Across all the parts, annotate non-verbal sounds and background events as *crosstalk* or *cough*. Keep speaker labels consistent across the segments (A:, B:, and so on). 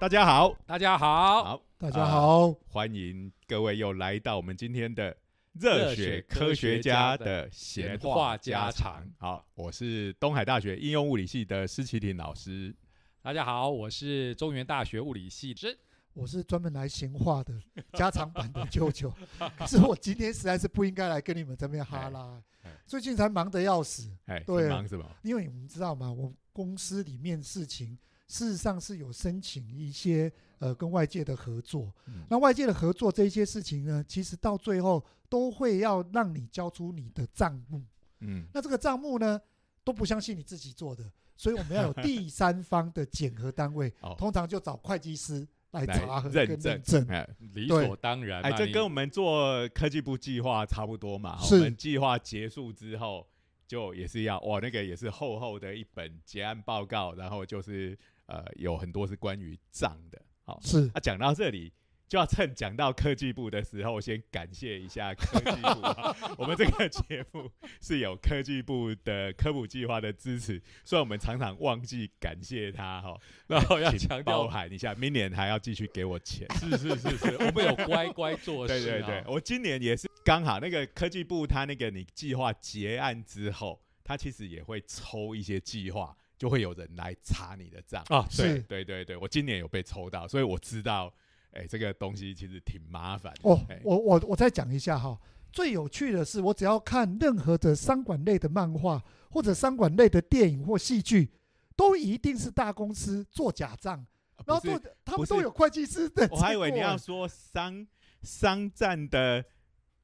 A: 大家好，
B: 大家好，
A: 好，呃
C: 大家好，
A: 欢迎各位又来到我们今天的热血科学家的闲话家常。好，我是东海大学应用物理系的施启廷老师。
B: 大家好，我是中原大学物理系之
C: 我是专门来闲
A: *laughs*
C: 话的加长版的舅舅。可是我今天实在是不应该来跟你们这边哈拉
A: 哎哎，
C: 最近才忙得要死，
A: 哎，
C: 对
A: 你忙什么？
C: 因为你们知道吗？我公司里面事情事实上是有申请一些呃跟外界的合作，
A: 嗯
C: 那外界的合作这一些事情呢，其实到最后都会要让你交出你的账目。
A: 嗯，
C: 那这个账目呢，都不相信你自己做的，所以我们要有第三方的检核单位，
A: *laughs* 哦
C: 通常就找会计师来
A: 来
C: 查核跟
A: 认证
C: 认证。
A: 哎，
B: 理所当然嘛。
A: 哎，这
B: 你
A: 跟我们做科技部计划差不多嘛。
C: 是
A: 我们计划结束之后，就也是要哇，那个也是厚厚的一本结案报告，然后就是呃，有很多是关于账的。好，
C: 是
A: 那、啊讲到这里，就要趁讲到科技部的时候，先感谢一下科技部啊。 *laughs* 我们这个节目是有科技部的科普计划的支持，所以我们常常忘记感谢他哈、哦。
B: 然后要
A: 请
B: 强
A: 包
B: 调，
A: 含一下，明年还要继续给我钱。
B: 是是
A: *laughs*
B: 是是，我们有乖乖做事、
A: 对
B: 啊。
A: 对对，我今年也是刚好那个科技部，它那个你计划结案之后，它其实也会抽一些计划，就会有人来查你的账。
B: 啊，
C: 是
A: 对对对对，我今年有被抽到，所以我知道，哎，这个东西其实挺麻烦的。
C: 哦
A: 哎，
C: 我我我再讲一下哈。最有趣的是，我只要看任何的商管类的漫画，或者商管类的电影或戏剧，都一定是大公司做假账，
A: 啊
C: 然后
A: 不是
C: 做他
A: 不
C: 们
A: 是
C: 都有会计师的。
A: 我还以为你要说商商战的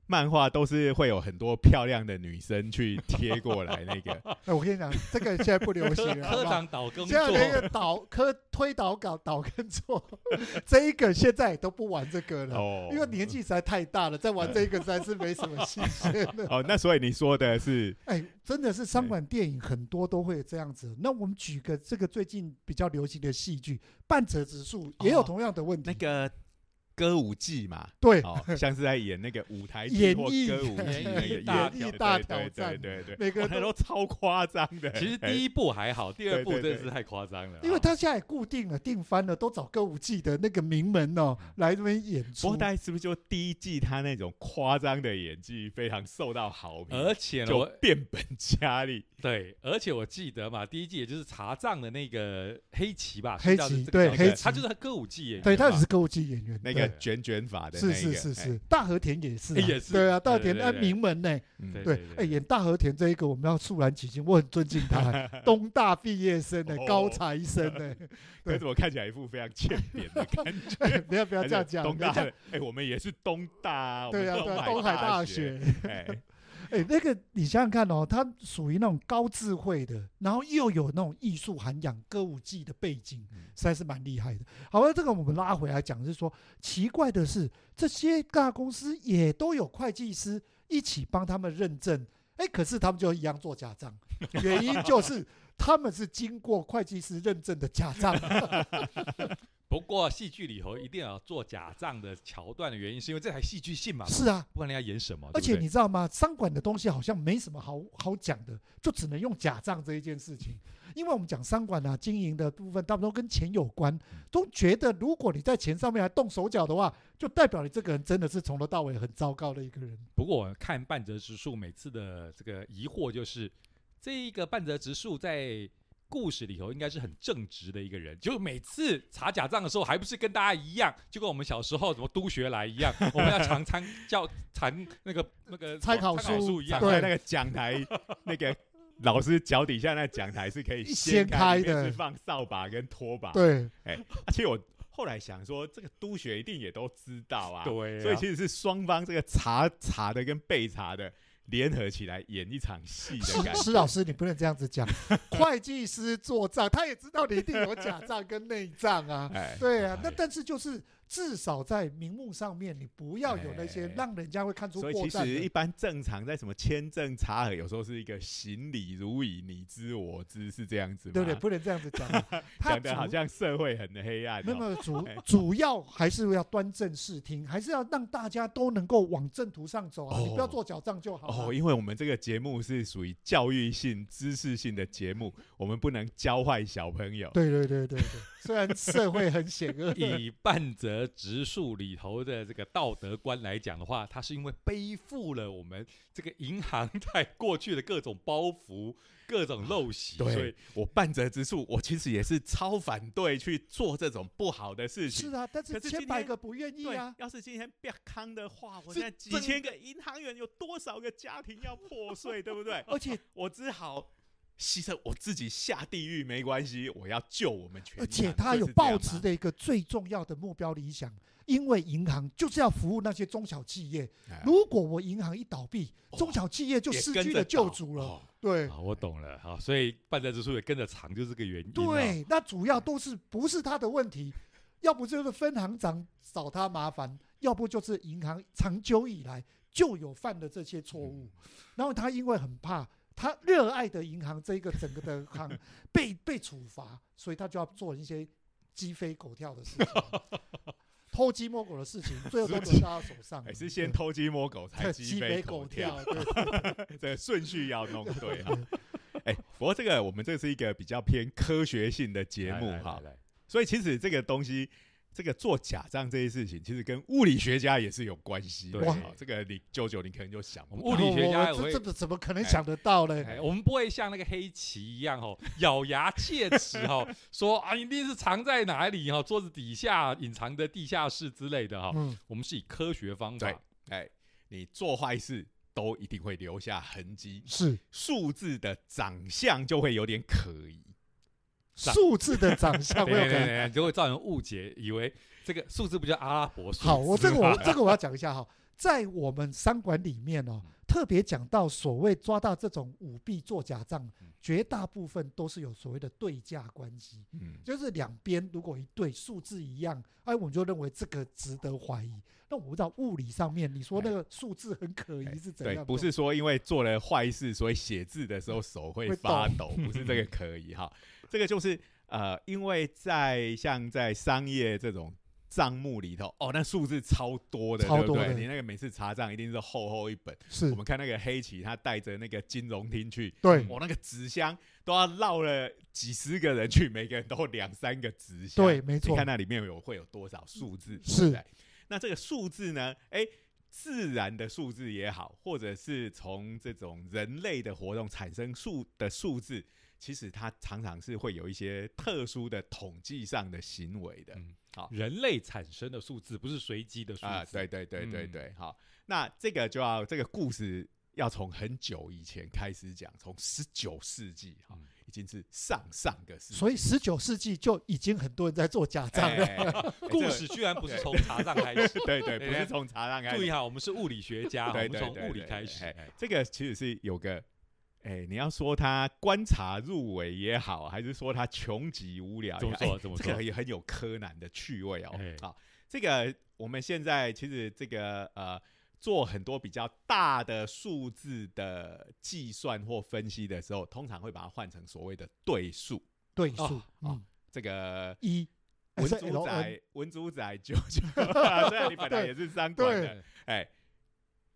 A: 漫画都是会有很多漂亮的女生去贴过来那个。
C: *laughs* 哎，我跟你讲，这个现在不流行
A: *laughs* 啊
B: 科科
C: 了，好不好？
B: 长导更
C: 现在
B: 做，
C: 那个导科推导稿导跟做， *laughs* 这一个现在也都不玩这个了，
A: 哦，
C: 因为年纪实在太大了，再玩这一个实在是没什么新鲜的。 *laughs*
A: 哦，那所以你说的是
C: 哎，真的是商管电影很多都会这样子。那我们举个这个最近比较流行的戏剧《半泽直树》，也有同样的问题。
A: 哦那个歌舞伎嘛？
C: *laughs* 对，
A: 哦，像是在演那个舞台剧
C: 演
A: 或
C: 绎
A: 歌舞剧
B: 演
A: 那个
B: 绎
A: 大
B: 大
A: 挑
C: 挑大
A: 对
C: 挑
A: 对对
C: 战
A: 对对，
C: 每个
A: 哇
C: 人
A: 那都
C: 都
A: 超夸张的。
B: 其实
A: 哎
B: 第一部还好，第二部
A: 对对对
B: 真的是太夸张了啊。
C: 因为他现在也固定了，定番了，都找歌舞伎的那个名门哦
A: 嗯
C: 来这边演
A: 不
C: 出
A: 过，。大概是不是就第一季他那种夸张的演技非常受到好评，
B: 而且呢，
A: 就
B: 我
A: 变本加厉。
B: 对，而且我记得嘛，第一季也就是查账的那个黑棋吧，
C: 黑
B: 是叫
C: 棋
B: 这个
C: 对
B: 角
C: 黑
B: 色他
C: 棋
B: 就是歌舞伎演员嘛，
C: 对，他也是歌舞伎演员。
A: 那
C: 对
A: 个卷卷发的那
C: 是
A: 一个，
C: 是是
A: 哎，
C: 是，大和田也是啊，
B: 也是
C: 对啊，
B: 对
C: 大和田
B: 对
C: 哎
B: 对
C: 名门呢，
A: 嗯
B: 对
C: 对，哎演大和田这一个，我们要肃然起敬，我很尊敬他，东大毕业生呢
A: 哦，
C: 高材生欸呢，
A: 可是怎么看起来一副非常欠扁的感觉？
C: 哎 *laughs* 不要不要这
A: *laughs*
C: 样讲，
A: 东
C: 不要
A: 大
C: 这
A: 的
C: 样，
A: 哎，我们也是东大啊，我们
C: 对啊对啊，
A: 东
C: 东海大
A: 学，
C: 学，
A: 哎，
C: 哎，那个你想想看哦，他属于那种高智慧的，然后又有那种艺术涵养、歌舞伎的背景，实在是蛮厉害的。好了，这个我们拉回来讲，是说奇怪的是，这些大公司也都有会计师一起帮他们认证，哎，可是他们就一样做假账，原因就是他们是经过会计师认证的假账。
B: 不过戏剧里头一定要做假账的桥段的原因，是因为这台戏剧性嘛，
C: 是啊，
B: 不然你要演什么？
C: 而且
B: 对不对
C: 你知道吗？商管的东西好像没什么好好讲的，就只能用假账这一件事情。因为我们讲商管啊，经营的部分大部分都跟钱有关，都觉得如果你在钱上面还动手脚的话，就代表你这个人真的是从头到尾很糟糕的一个人。
B: 不过我看半泽直树每次的这个疑惑就是，这一个半泽直树在故事里头应该是很正直的一个人，就每次查假账的时候，还不是跟大家一样，就跟我们小时候什么督学来一样，我们要常参教常那个那个
C: 参考
B: 参
C: 书
B: 书一样。
C: 对
A: 对，那个讲台，那个老师脚底下那讲台是可以掀
C: 掀开
A: 里面
C: 的
A: 是放扫把跟拖把。，
C: 对，
A: 而且我后来想说，这个督学一定也都知道啊，
B: 对啊，
A: 所以其实是双方这个查查的跟被查的联合起来演一场戏的感觉。
C: 施老师，你不能这样子讲。会计师做账，他也知道你一定有假账跟内账啊。
A: *laughs* 哎，
C: 对啊，那但是就是至少在名目上面，你不要有那些
A: 哎
C: 让人家会看出
A: 所以
C: 破
A: 其
C: 绽
A: 实一
C: 的。
A: 般正常在什么签证查核，有时候是一个行礼如仪，你知我知，是这样子吗？
C: 对不对？不能这样子
A: *laughs*
C: 讲啊，他
A: 讲
C: 主
A: 的好像社会很黑暗、哦。
C: 没有没有主
A: 哎
C: 主要还是要端正视听，还是要让大家都能够往正途上走啊！
A: 哦
C: 你不要做脚杖就好啊了。
A: 哦，因为我们这个节目是属于教育性、知识性的节目，我们不能教坏小朋友。
C: 对对对对对，虽然社会很险恶
B: 以半泽直树里头的这个道德观来讲的话，他是因为背负了我们这个银行在过去的各种包袱、各种陋习，所以
A: 对，我半折之处，我其实也是超反对去做这种不好的事情。
C: 是啊，但是
A: 可 *laughs* 是
C: 千
A: 今
C: 百
A: 天
C: 个不愿意
A: 对
C: 啊，。
A: 要是今天不要康的话，我
B: 是
A: 现在几
B: 真
A: 千个银行员有多少个家庭要破
C: *laughs*
A: 碎，对不对？哦
C: 而且
A: 我只好牺牲我自己下地狱，没关系，我要救我们全
C: 而
A: 家。
C: 且他有
A: 报
C: 抱持的一个最重要的目标理想，因为银行就是要服务那些中小企业。
A: 哎
C: 如果我银行一倒闭，中小企业就失去了救主
A: 哦
C: 了。对
B: 好，我懂了，好，所以半泽直树也跟着长，就是这个原因、，
C: 对，那主要都是不是他的问题， *laughs* 要不就是分行长找他麻烦，要不就是银行长久以来就有犯的这些错误。
B: 嗯
C: 然后他因为很怕。他热爱的银行这一个整个的行 *laughs* 被被处罚，所以他就要做一些鸡飞狗跳的事
B: *laughs*
C: 情，偷鸡摸狗的事情，最后都
A: 是
C: 得到他手上。
A: 还哎是先偷鸡摸狗，才
C: 对
A: 鸡
C: 鸡
A: 飞
C: 飞
A: 狗
C: 狗
A: 跳
C: 跳，，对 *laughs*
A: 这个顺序要
B: *laughs*
A: 弄对啊。哎、不过这个我们这是一个比较偏科学性的节目
B: 来
A: 哈，，
B: 来来
A: 所以其实这个东西，这个做假账这些事情，其实跟物理学家也是有关系的。
B: 对
A: 哈这个你舅舅你可能就想不
B: 我们
A: 到
B: 物理学家
C: 我
B: 也会
C: 我这这怎么可能想得到呢？
B: 哎，我们不会像那个黑棋一样哦，咬牙切齿哦，说啊，一定是藏在哪里哦，桌子底下隐藏的地下室之类的哈、哦。
C: 嗯，
B: 我们是以科学方
A: 对
B: 法，
A: 哎，你做坏事都一定会留下痕迹，
C: 是
A: 数字的长相就会有点可疑。
B: 长
C: 数字的长相
B: 对
C: 会有
B: *laughs* 对
C: 可能
B: 对，就会造成误解，以为这个数字不叫阿拉伯数字。
C: 好，我这个我这个我要讲一下哈，在我们商管里面
A: 嗯
C: 哦，特别讲到所谓抓到这种舞弊做假账
B: 嗯，
C: 绝大部分都是有所谓的对价关系，
A: 嗯，
C: 就是两边如果一对数字一样，哎，我们就认为这个值得怀疑。那我不知道物理上面你说那个数字很可疑是怎
A: 哎对
C: 样的？，
A: 不是说因为做了坏事，所以写字的时候手会发抖，不是这个可以哈。这个就是呃，因为在像在商业这种账目里头，哦，那数字超多的，
C: 超多
A: 对不
C: 的
A: 对？你那个每次查账一定是厚厚一本。
C: 是
A: 我，们看嗯那个黑棋，他带着那个金融厅去，
C: 对
A: 哦我、那个纸箱都要绕了几十个人去，每个人都两三个纸箱。
C: 对，没
A: 你
C: 错
A: 看，那里面有会有多少数字？
C: 是
A: 对不对那这个数字呢？哎，自然的数字也好，或者是从这种人类的活动产生数的数字，其实它常常是会有一些特殊的统计上的行为的。
B: 嗯人类产生的数字，不是随机的数字。
A: 啊，对对对对
B: 嗯
A: 对，好，那这个就要这个故事要从很久以前开始讲，从十九世纪哈、
B: 嗯
A: 已经是上上个世纪，
C: 所以十九世纪就已经很多人在做假账了。
A: 哎哎哎哎这
B: 故
A: 个。
B: 事居然不是从查账开始
A: *laughs* 对对，不
B: 哎
A: 是从查让开
B: *laughs* 注
A: 始
B: 意哈，我们是物理学家，我
A: 对
B: 们
A: 对
B: 从
A: 对
B: 物理
A: 对
B: 开始。
A: 哎
B: 哎
A: 这个其实是有个，哎，你要说他观察入围也好，还是说他穷极无聊
B: 怎
A: 也
B: 么
A: 好，
B: 说
A: 哎
B: 怎么
A: 这
B: 说
A: 个也很有柯南的趣味哦
B: 哎。
A: 好，这个我们现在其实这个呃。做很多比较大的数字的计算或分析的时候，通常会把它换成所谓的对数。
C: 对
B: 哦
C: 数，
A: 哦
C: 嗯，
A: 这个
C: 一，哎
A: 文
C: 是
A: 竹
C: LN
A: 仔，文竹仔舅舅， *laughs* 虽然你本来
C: 对
A: 也是三管
C: 对
A: 的，哎，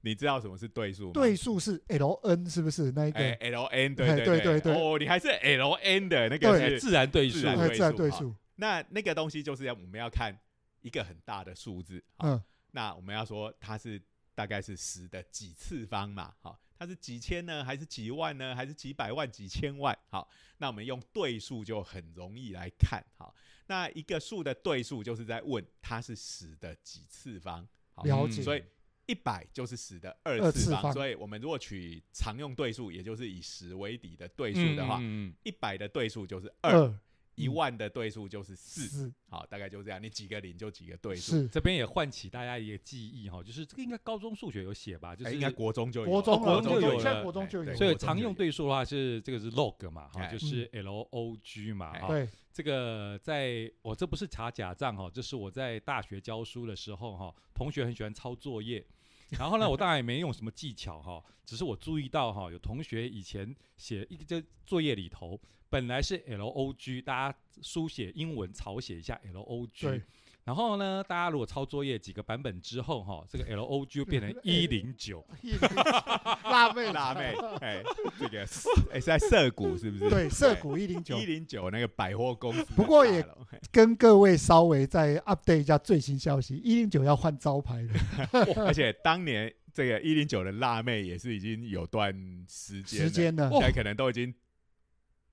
A: 你知道什么是对数吗？
C: 对数是 L N 是不是那一个？
A: 哎，L N 对
C: 哎
A: 对
C: 对对对
A: 哦，你还是 L N 的那
B: 哎
A: 个是，
B: 自然对数
A: 自，然
C: 哎
A: 对
C: 自然
A: 数
C: 对
A: 哈
C: 数，
A: 那那个东西就是要我们要看一个很大的数字，好，
C: 嗯，
A: 那我们要说它是大概是十的几次方嘛，好，它是几千呢，还是几万呢，还是几百万、几千万？好，那我们用对数就很容易来看，好，那一个数的对数就是在问它是十的几次方，好，
C: 了
B: 嗯
C: 解。
A: 所以一百就是十的二
C: 二
A: 次
C: 次
A: 方，
C: 方
A: 所以我们如果取常用对数，也就是以十为底的对数的话，
B: 嗯嗯嗯
A: 一百的对数就是二，
C: 二嗯
A: 一万的对数就是四，
C: 是
A: 好，大概就这样，你几个零就几个对数。
C: 是，
B: 这边也唤起大家一个记忆哈，就是这个应该高中数学有写吧，就
A: 哎
B: 是
A: 应该国中就有
C: 国中
B: 哦国
C: 了
B: 中就有
C: 对现在
B: 了
C: 国中就有
A: 哎
C: 了，
B: 所以
A: 国中
B: 常
A: 就
B: 用
A: 有
B: 对数的话是这个是 log 嘛，哈，
A: 哎
B: 就是 log 嘛，
A: 哎
B: 哈、
C: 对
B: 这个在我这不是查假账哈，这是我在大学教书的时候哈，同学很喜欢抄作业，然后呢，我当然也没用什么技巧哈，只是我注意到哈，有同学以前写一个这作业里头本来是 log，大家书写英文草写一下 log
C: 对。
B: 然后呢，大家如果抄作业几个版本之后，哈，这个 L O G 变成一零
C: *laughs*
B: 九，
C: 哎辣妹
A: 辣妹，哎，这个哎是在涩谷是不是？ *laughs* 哎
C: 对涩谷一零九
A: 一零九那个百货公司的大楼，
C: 不过也跟各位稍微再 update 一下最新消息，一零九要换招牌了，
A: 哎而且当年这个一零九的辣妹也是已经有段时间了，
C: 时间呢
B: 哦？
A: 现在可能都已经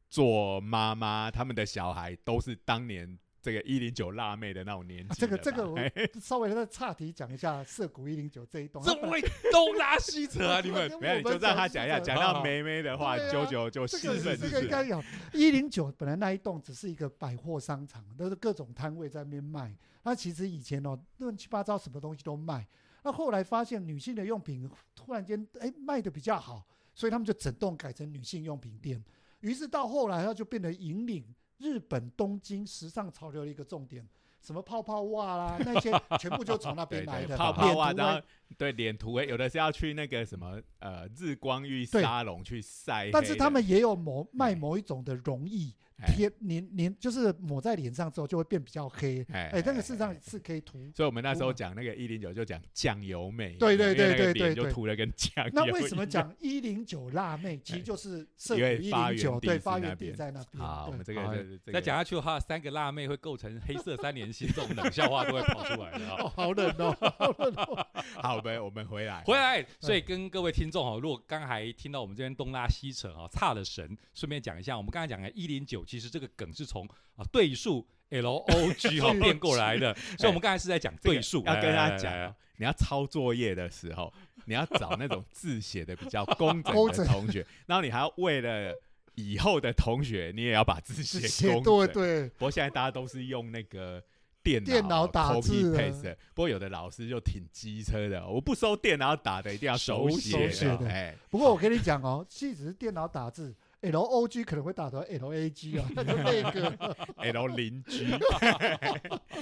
A: 做妈妈，他们的小孩都是当年这个一零九辣妹的那种年纪、
C: 啊这个
A: *laughs*
C: 这个，我
A: 哎
C: 稍微再岔题讲一下涩谷一零九这一栋，
B: 这么会东拉西扯啊！你们
C: 因为
A: 没有，
C: 我
A: 你
C: 们
A: 就让他讲一下，
C: 讲
A: 讲到梅梅的话，
C: 对啊
A: 九九就
C: 这
A: 兴
C: 个
A: 奋，
C: 这个应该有一零九，本来那一栋只是一个百货商场，都是各种摊位在那边卖。那其实以前哦，乱七八糟什么东西都卖。那后来发现女性的用品突然间哎卖的比较好，所以他们就整栋改成女性用品店。于是到后来，它就变得引领日本东京时尚潮流的一个重点，什么泡泡袜啦，那些全部就从那边 *laughs*
A: 对
C: 来
A: 对，
C: 的。
A: 泡泡
C: 脸
A: 袜，
C: 图
A: 然
C: 案
A: 后对脸涂黑，有的是要去那个什么呃日光浴
C: 对
A: 沙龙去晒黑的，
C: 但是他们也有某卖
A: 哎
C: 某一种的容易
A: 哎
C: 贴粘粘，就是抹在脸上之后就会变比较黑。
A: 哎
C: 哎，那个事实上是可以涂。
A: 所以我们那时候讲那个一零九就讲酱油妹，
C: 对
A: 因
C: 对
A: 为
C: 对
A: 那个
C: 对
A: 脸
C: 对
A: 就
C: 对
A: 涂了跟酱油一
C: 那
A: 样。
C: 为什么讲一零九辣妹？其实就是涩
A: 因
C: 谷
A: 为
C: 一
A: 发
C: 零
A: 源
C: 九，
A: 地
C: 对，
A: 是
C: 发
A: 那
C: 源地
A: 边
C: 在那边。
A: 好，我们
C: *laughs* 对
A: 这个
B: 好
A: 这这
B: 再
A: 个
B: 讲下去的话，三个辣妹会构成黑色三连星，这种冷笑话都会跑出来的、
C: 哦，
B: 啊。
C: 好冷哦，
A: *laughs*
C: 好冷哦。
A: 好，我们我们回来
B: 回来，所以跟各位听众哦，如果刚才听到我们这边东拉西扯啊、哦，差了神，顺便讲一下，我们刚才讲的一零九，其实这个梗是从啊对数 L O G 哦变过来的，所以我们刚才是在讲
A: 这个
B: 对数，哎
A: 要
B: 来
A: 跟
B: 来
A: 他
B: 来来来
A: 讲，哦你要抄作业的时候，你要找那种字写的比较工
C: 工
A: 整的
C: 整
A: 同学，然后你还要为了以后的同学，你也要把字
C: 是
A: 写
C: 写
A: 工
C: 对
A: 整。
C: 对，
A: 不过现在大家都是用那个电脑
C: 电脑打
A: copy
C: 字啊了
A: paste 的，不过有的老师就挺机车的，哦我不收电脑打的，一定要手
C: 手
A: 写
C: 手写的
A: 哎，
C: 不过我跟你讲哦，即使是电脑打字，L O G 可能会打成 L A G 啊，那
A: *laughs*
C: 就那个
A: 哎 L 邻居。 *laughs*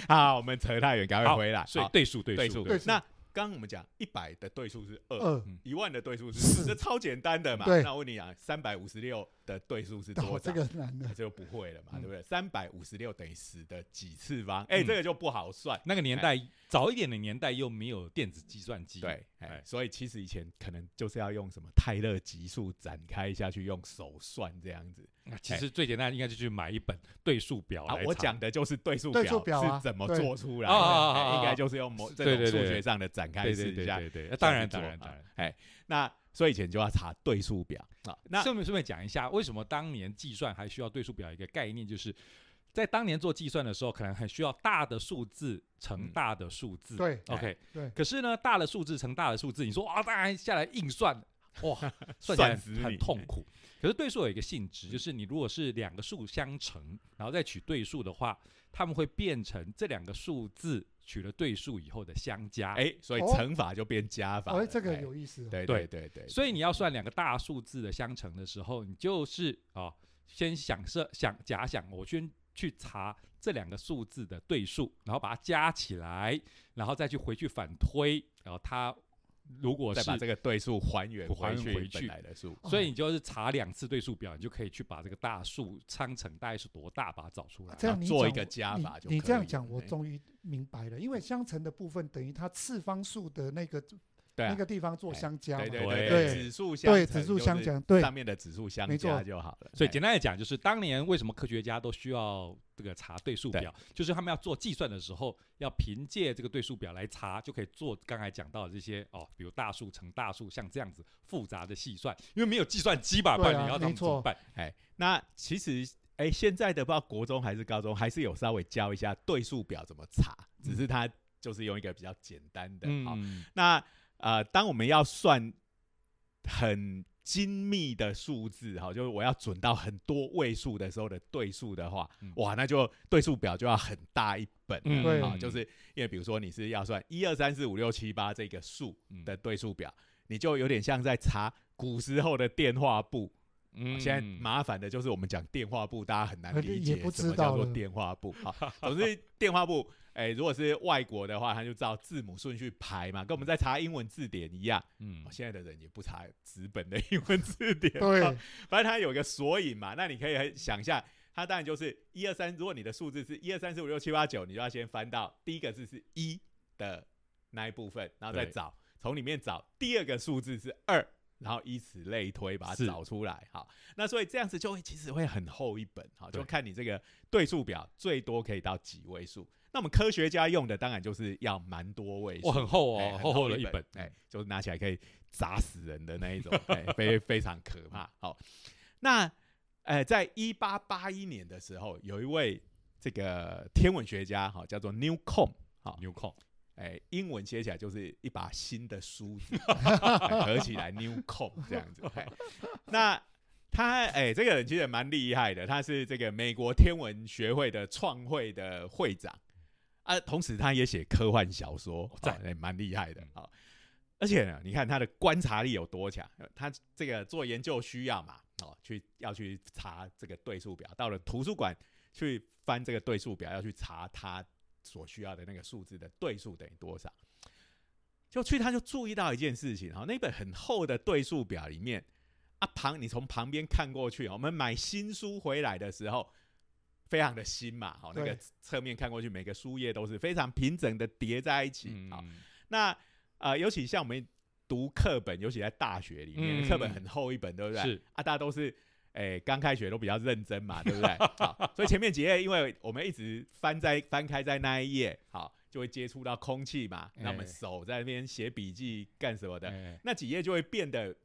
A: 好，我们扯太远，赶快
B: 好
A: 回来。
B: 所以
A: 好
B: 对数对
A: 对
B: 数
A: 数
C: 对数，
A: 那刚刚我们讲一百的对数是二，
C: 二。
A: 一万的对数是
C: 四
A: 四，这超简单的嘛。
C: 对
A: 那我问你啊，三百五十六的对数是
C: 哦
A: 多，
C: 这
A: 少？
C: 个难的
A: 那。就不会了嘛，
B: 嗯
A: 对不对？三百五十六等于十的几次方？哎，
B: 嗯
A: 这个就不好算。
B: 那个年代早一点的年代又没有电子计算机，
A: 对，哎
B: 哎，
A: 所以其实以前可能就是要用什么泰勒级数展开下去，用手算这样子。
B: 那其实最简单应该就去买一本对数表
A: 啊
B: 哦来，
A: 我
B: 查
A: 讲的就是对数
C: 对数表啊
A: 是怎么
C: 对
A: 做出来
B: 啊啊
A: 的
B: 啊啊啊，
A: 哎应该就是用某这
B: 对
A: 种
B: 对
A: 数
B: 对
A: 学上的展开
B: 对
A: 试
B: 对
A: 一
B: 对
A: 下。
B: 对对，当然当
A: 这样
B: 然当然
A: 子。做，哎，那所以以前就要查对数表啊。那
B: 顺便顺便讲一下，为什么当年计算还需要对数表一个概念，就是在当年做计算的时候，可能很需要大的数字乘
A: 嗯
B: 大的数字。
C: 对
B: ，OK，
A: *laughs*
C: 对
B: 可是呢，大的数字乘大的数字，你说啊，当然下来硬算，
A: *laughs*
B: 哇，算起
A: 算
B: 来
A: 死
B: 很
A: 你嗯
B: 痛苦。可是对数有一个性质，就是你如果是两个数相乘，然后再取对数的话，它们会变成这两个数字取了对数以后的相加。
A: 哎，所以
C: 哦
A: 乘法就变加法了。
C: 哎，这个
A: 哎
C: 有意思哦。
A: 对
B: 对
A: 对对对，
B: 所以你要算两个大数字的相乘的时候，你就是啊、哦先想设想假想，我先去查这两个数字的对数，然后把它加起来，然后再去回去反推，然后它如果
A: 再
B: 是
A: 把这个哦对数还原
B: 还原
A: 去
B: 回
A: 本
B: 去
A: 来的数。
B: 所以你就是查两次对数表，你就可以去把这个大数相乘大概是多大，把它找出来。
C: 这样你
A: 啊做
C: 讲
A: 一个
C: 我
A: 加法就
C: 你。你
A: 可
C: 这样
A: 以
C: 讲，
A: 了
C: 我
A: 哎
C: 终于明白了，因为相乘的部分等于它次方数的那个
A: 对
C: 那
A: 啊，
C: 个地方做
A: 哎
C: 相加嘛。
A: 对对对，
B: 对
C: 对
A: 指数相
C: 对，
A: 乘
C: 指数
A: 就是
C: 相加，对
A: 上面的指数相
C: 没错
A: 加就好了。
B: 所以
A: 哎
B: 简单的讲，就是当年为什么科学家都需要这个查对数表，就是他们要做计算的时候，要凭借这个对数表来查，就可以做刚才讲到的这些哦，比如大数乘大数，像这样子复杂的细算，因为没有计算机吧，不
C: 对啊
B: 然你要他们
C: 没
B: 怎
C: 错
B: 么办？
A: 哎，那其实哎，现在的不知道国中还是高中，还是有稍微教一下对数表怎么查，只
B: 嗯
A: 是它就是用一个比较简单的。好，
B: 嗯，
A: 那呃，当我们要算很精密的数字，哈，就是我要准到很多位数的时候的对数的话，
B: 嗯
A: 哇，那就对数表就要很大一本了
B: 嗯
A: 哈、
C: 对
A: 就是因为比如说你是要算一二三四五六七八这个数
B: 嗯
A: 的对数表，你就有点像在查古时候的电话簿。
B: 嗯
A: 现在麻烦的就是我们讲电话簿，大家很难
C: 呃
A: 理
C: 也
A: 解
C: 不
A: 什么
C: 知道
A: 叫做
C: 了
A: 电话簿。好，总之电话簿，哎、如果是外国的话，他就照字母顺序排嘛，跟我们在查英文字典一样。
B: 嗯
A: 哦现在的人也不查纸本的英文字典，
C: 对，
A: 反正它有一个索引嘛，那你可以很想一下，它当然就是一二三。如果你的数字是一二三四五六七八九，你就要先翻到第一个字是一的那一部分，然后再
B: 对
A: 找从里面找第二个数字是二，然后以此类推把它
B: 是
A: 找出来。好，那所以这样子就会其实会很厚一本，好，
B: 对
A: 就看你这个对数表最多可以到几位数。那我们科学家用的当然就是要蛮多位数
B: 哇，
A: 的，
B: 很厚
A: 哎
B: 哦，
A: 很
B: 厚厚的
A: 一
B: 一本，
A: 哎，就是拿起来可以砸死人的那一种，哎，非非常可怕。好，那呃，在一八八一年的时候，有一位这个天文学家，哈、叫做 Newcomb，好、
B: 纽扣，
A: 哎，英文写起来就是一把新的梳子，哎合起来 Newcomb 这样子。哎那他哎，这个人其实也蛮厉害的，他是这个美国天文学会的创会的会长啊，同时他也写科幻小说，
B: 赞
A: 哦哎，蛮厉害的
B: 嗯
A: 啊、好而且呢，你看他的观察力有多强，呃他这个做研究需要嘛，哦，去要去查这个对数表，到了图书馆去翻这个对数表，要去查他所需要的那个数字的对数等于多少。就去他就注意到一件事情哈、哦，那本很厚的对数表里面啊旁你从旁边看过去，哦我们买新书回来的时候。非常的新嘛，好、哦，那
C: 对
A: 个侧面看过去，每个书页都是非常平整的叠在一起啊、
B: 嗯
A: 好那呃，尤其像我们读课本，尤其在大学里面，
B: 嗯
A: 课、本很厚一本，对不对？
B: 是
A: 啊，大家都是。哎，刚开学都比较认真嘛，对不
B: *laughs*
A: 对？好，所以前面几页，因为我们一直翻在翻开在那一页，好，就会接触到空气嘛。那我们
B: 哎
A: 手在那边写笔记干什么的，
B: 哎
A: 那几页就会变得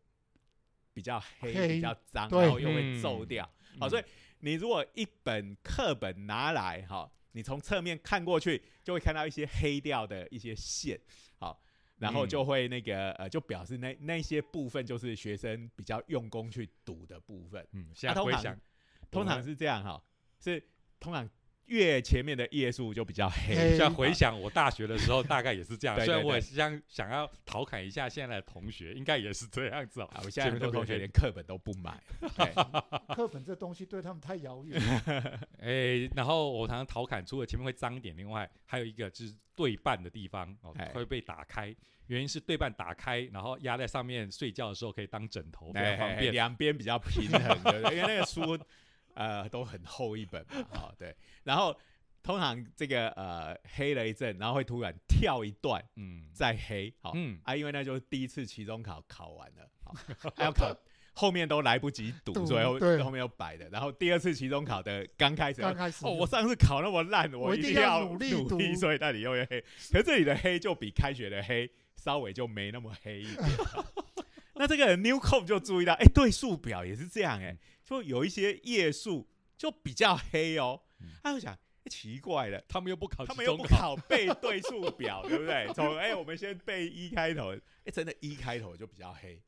A: 比较黑、
C: 黑
A: 比较脏，
C: 对
A: 然后又会皱
B: 嗯
A: 掉。好，所以你如果一本课本拿来，哈，你从侧面看过去，就会看到一些黑掉的一些线，好，然后
B: 嗯
A: 就会那个、呃，就表示那那些部分就是学生比较用功去读的部分，
B: 嗯，现在
A: 通
B: 回
A: 常
B: 想，
A: 通常
B: 嗯
A: 是这样哈，是通常越前面的页数就比较黑
C: 黑，
B: 现在回想我大学的时候，大概也是这样。
A: 哎 *laughs* 对
B: 虽然
A: 对
B: 我
A: 对
B: 也是想想要调侃一下现在的同学，应该也是这样子哦
A: 啊，我现在很多同学连
B: 前
A: 课本都不买，对，
C: 课本这东西对他们太遥远了。
A: *laughs*
B: 哎，然后我常常调侃，除了前面会脏一点，另外还有一个就是对半的地方哦
A: 哎
B: 会被打开，原因是对半打开，然后压在上面睡觉的时候可以当枕头，非
A: 哎，
B: 常
A: 哎哎
B: 方便。
A: 两边比较平衡，对不对？因为那个书呃都很厚一本嘛，
B: *laughs*
A: 好、对。然后通常这个呃黑了一阵，然后会突然跳一段
B: 嗯
A: 再黑，好、
B: 嗯，
A: 啊，因为那就是第一次期中考考完了，
B: *laughs*
A: 好、还要考。后面都来不及读，
C: 读
A: 所以后
C: 对
A: 后面又摆的。然后第二次期中考的刚开始，
C: 刚开始
A: 哦，我上次考那么烂，
C: 我一
A: 一定
C: 定要
A: 要
C: 努力
A: 努力，
C: 读
A: 所以那里又会黑。可是这里的黑就比开学的黑稍微就没那么黑一点。那这个人 Newcomb 就注意到，哎、对数表也是这样、哎
B: 嗯，
A: 就有一些页数就比较黑哦。
B: 嗯
A: 他就想，哎奇怪了。
B: 他们又不考
A: 他
B: 期
A: 们又
B: 中
A: 不
B: 考，
A: 考背对数表，对不对？从哎、我们先背一开头，哎、真的，一开头就比较黑，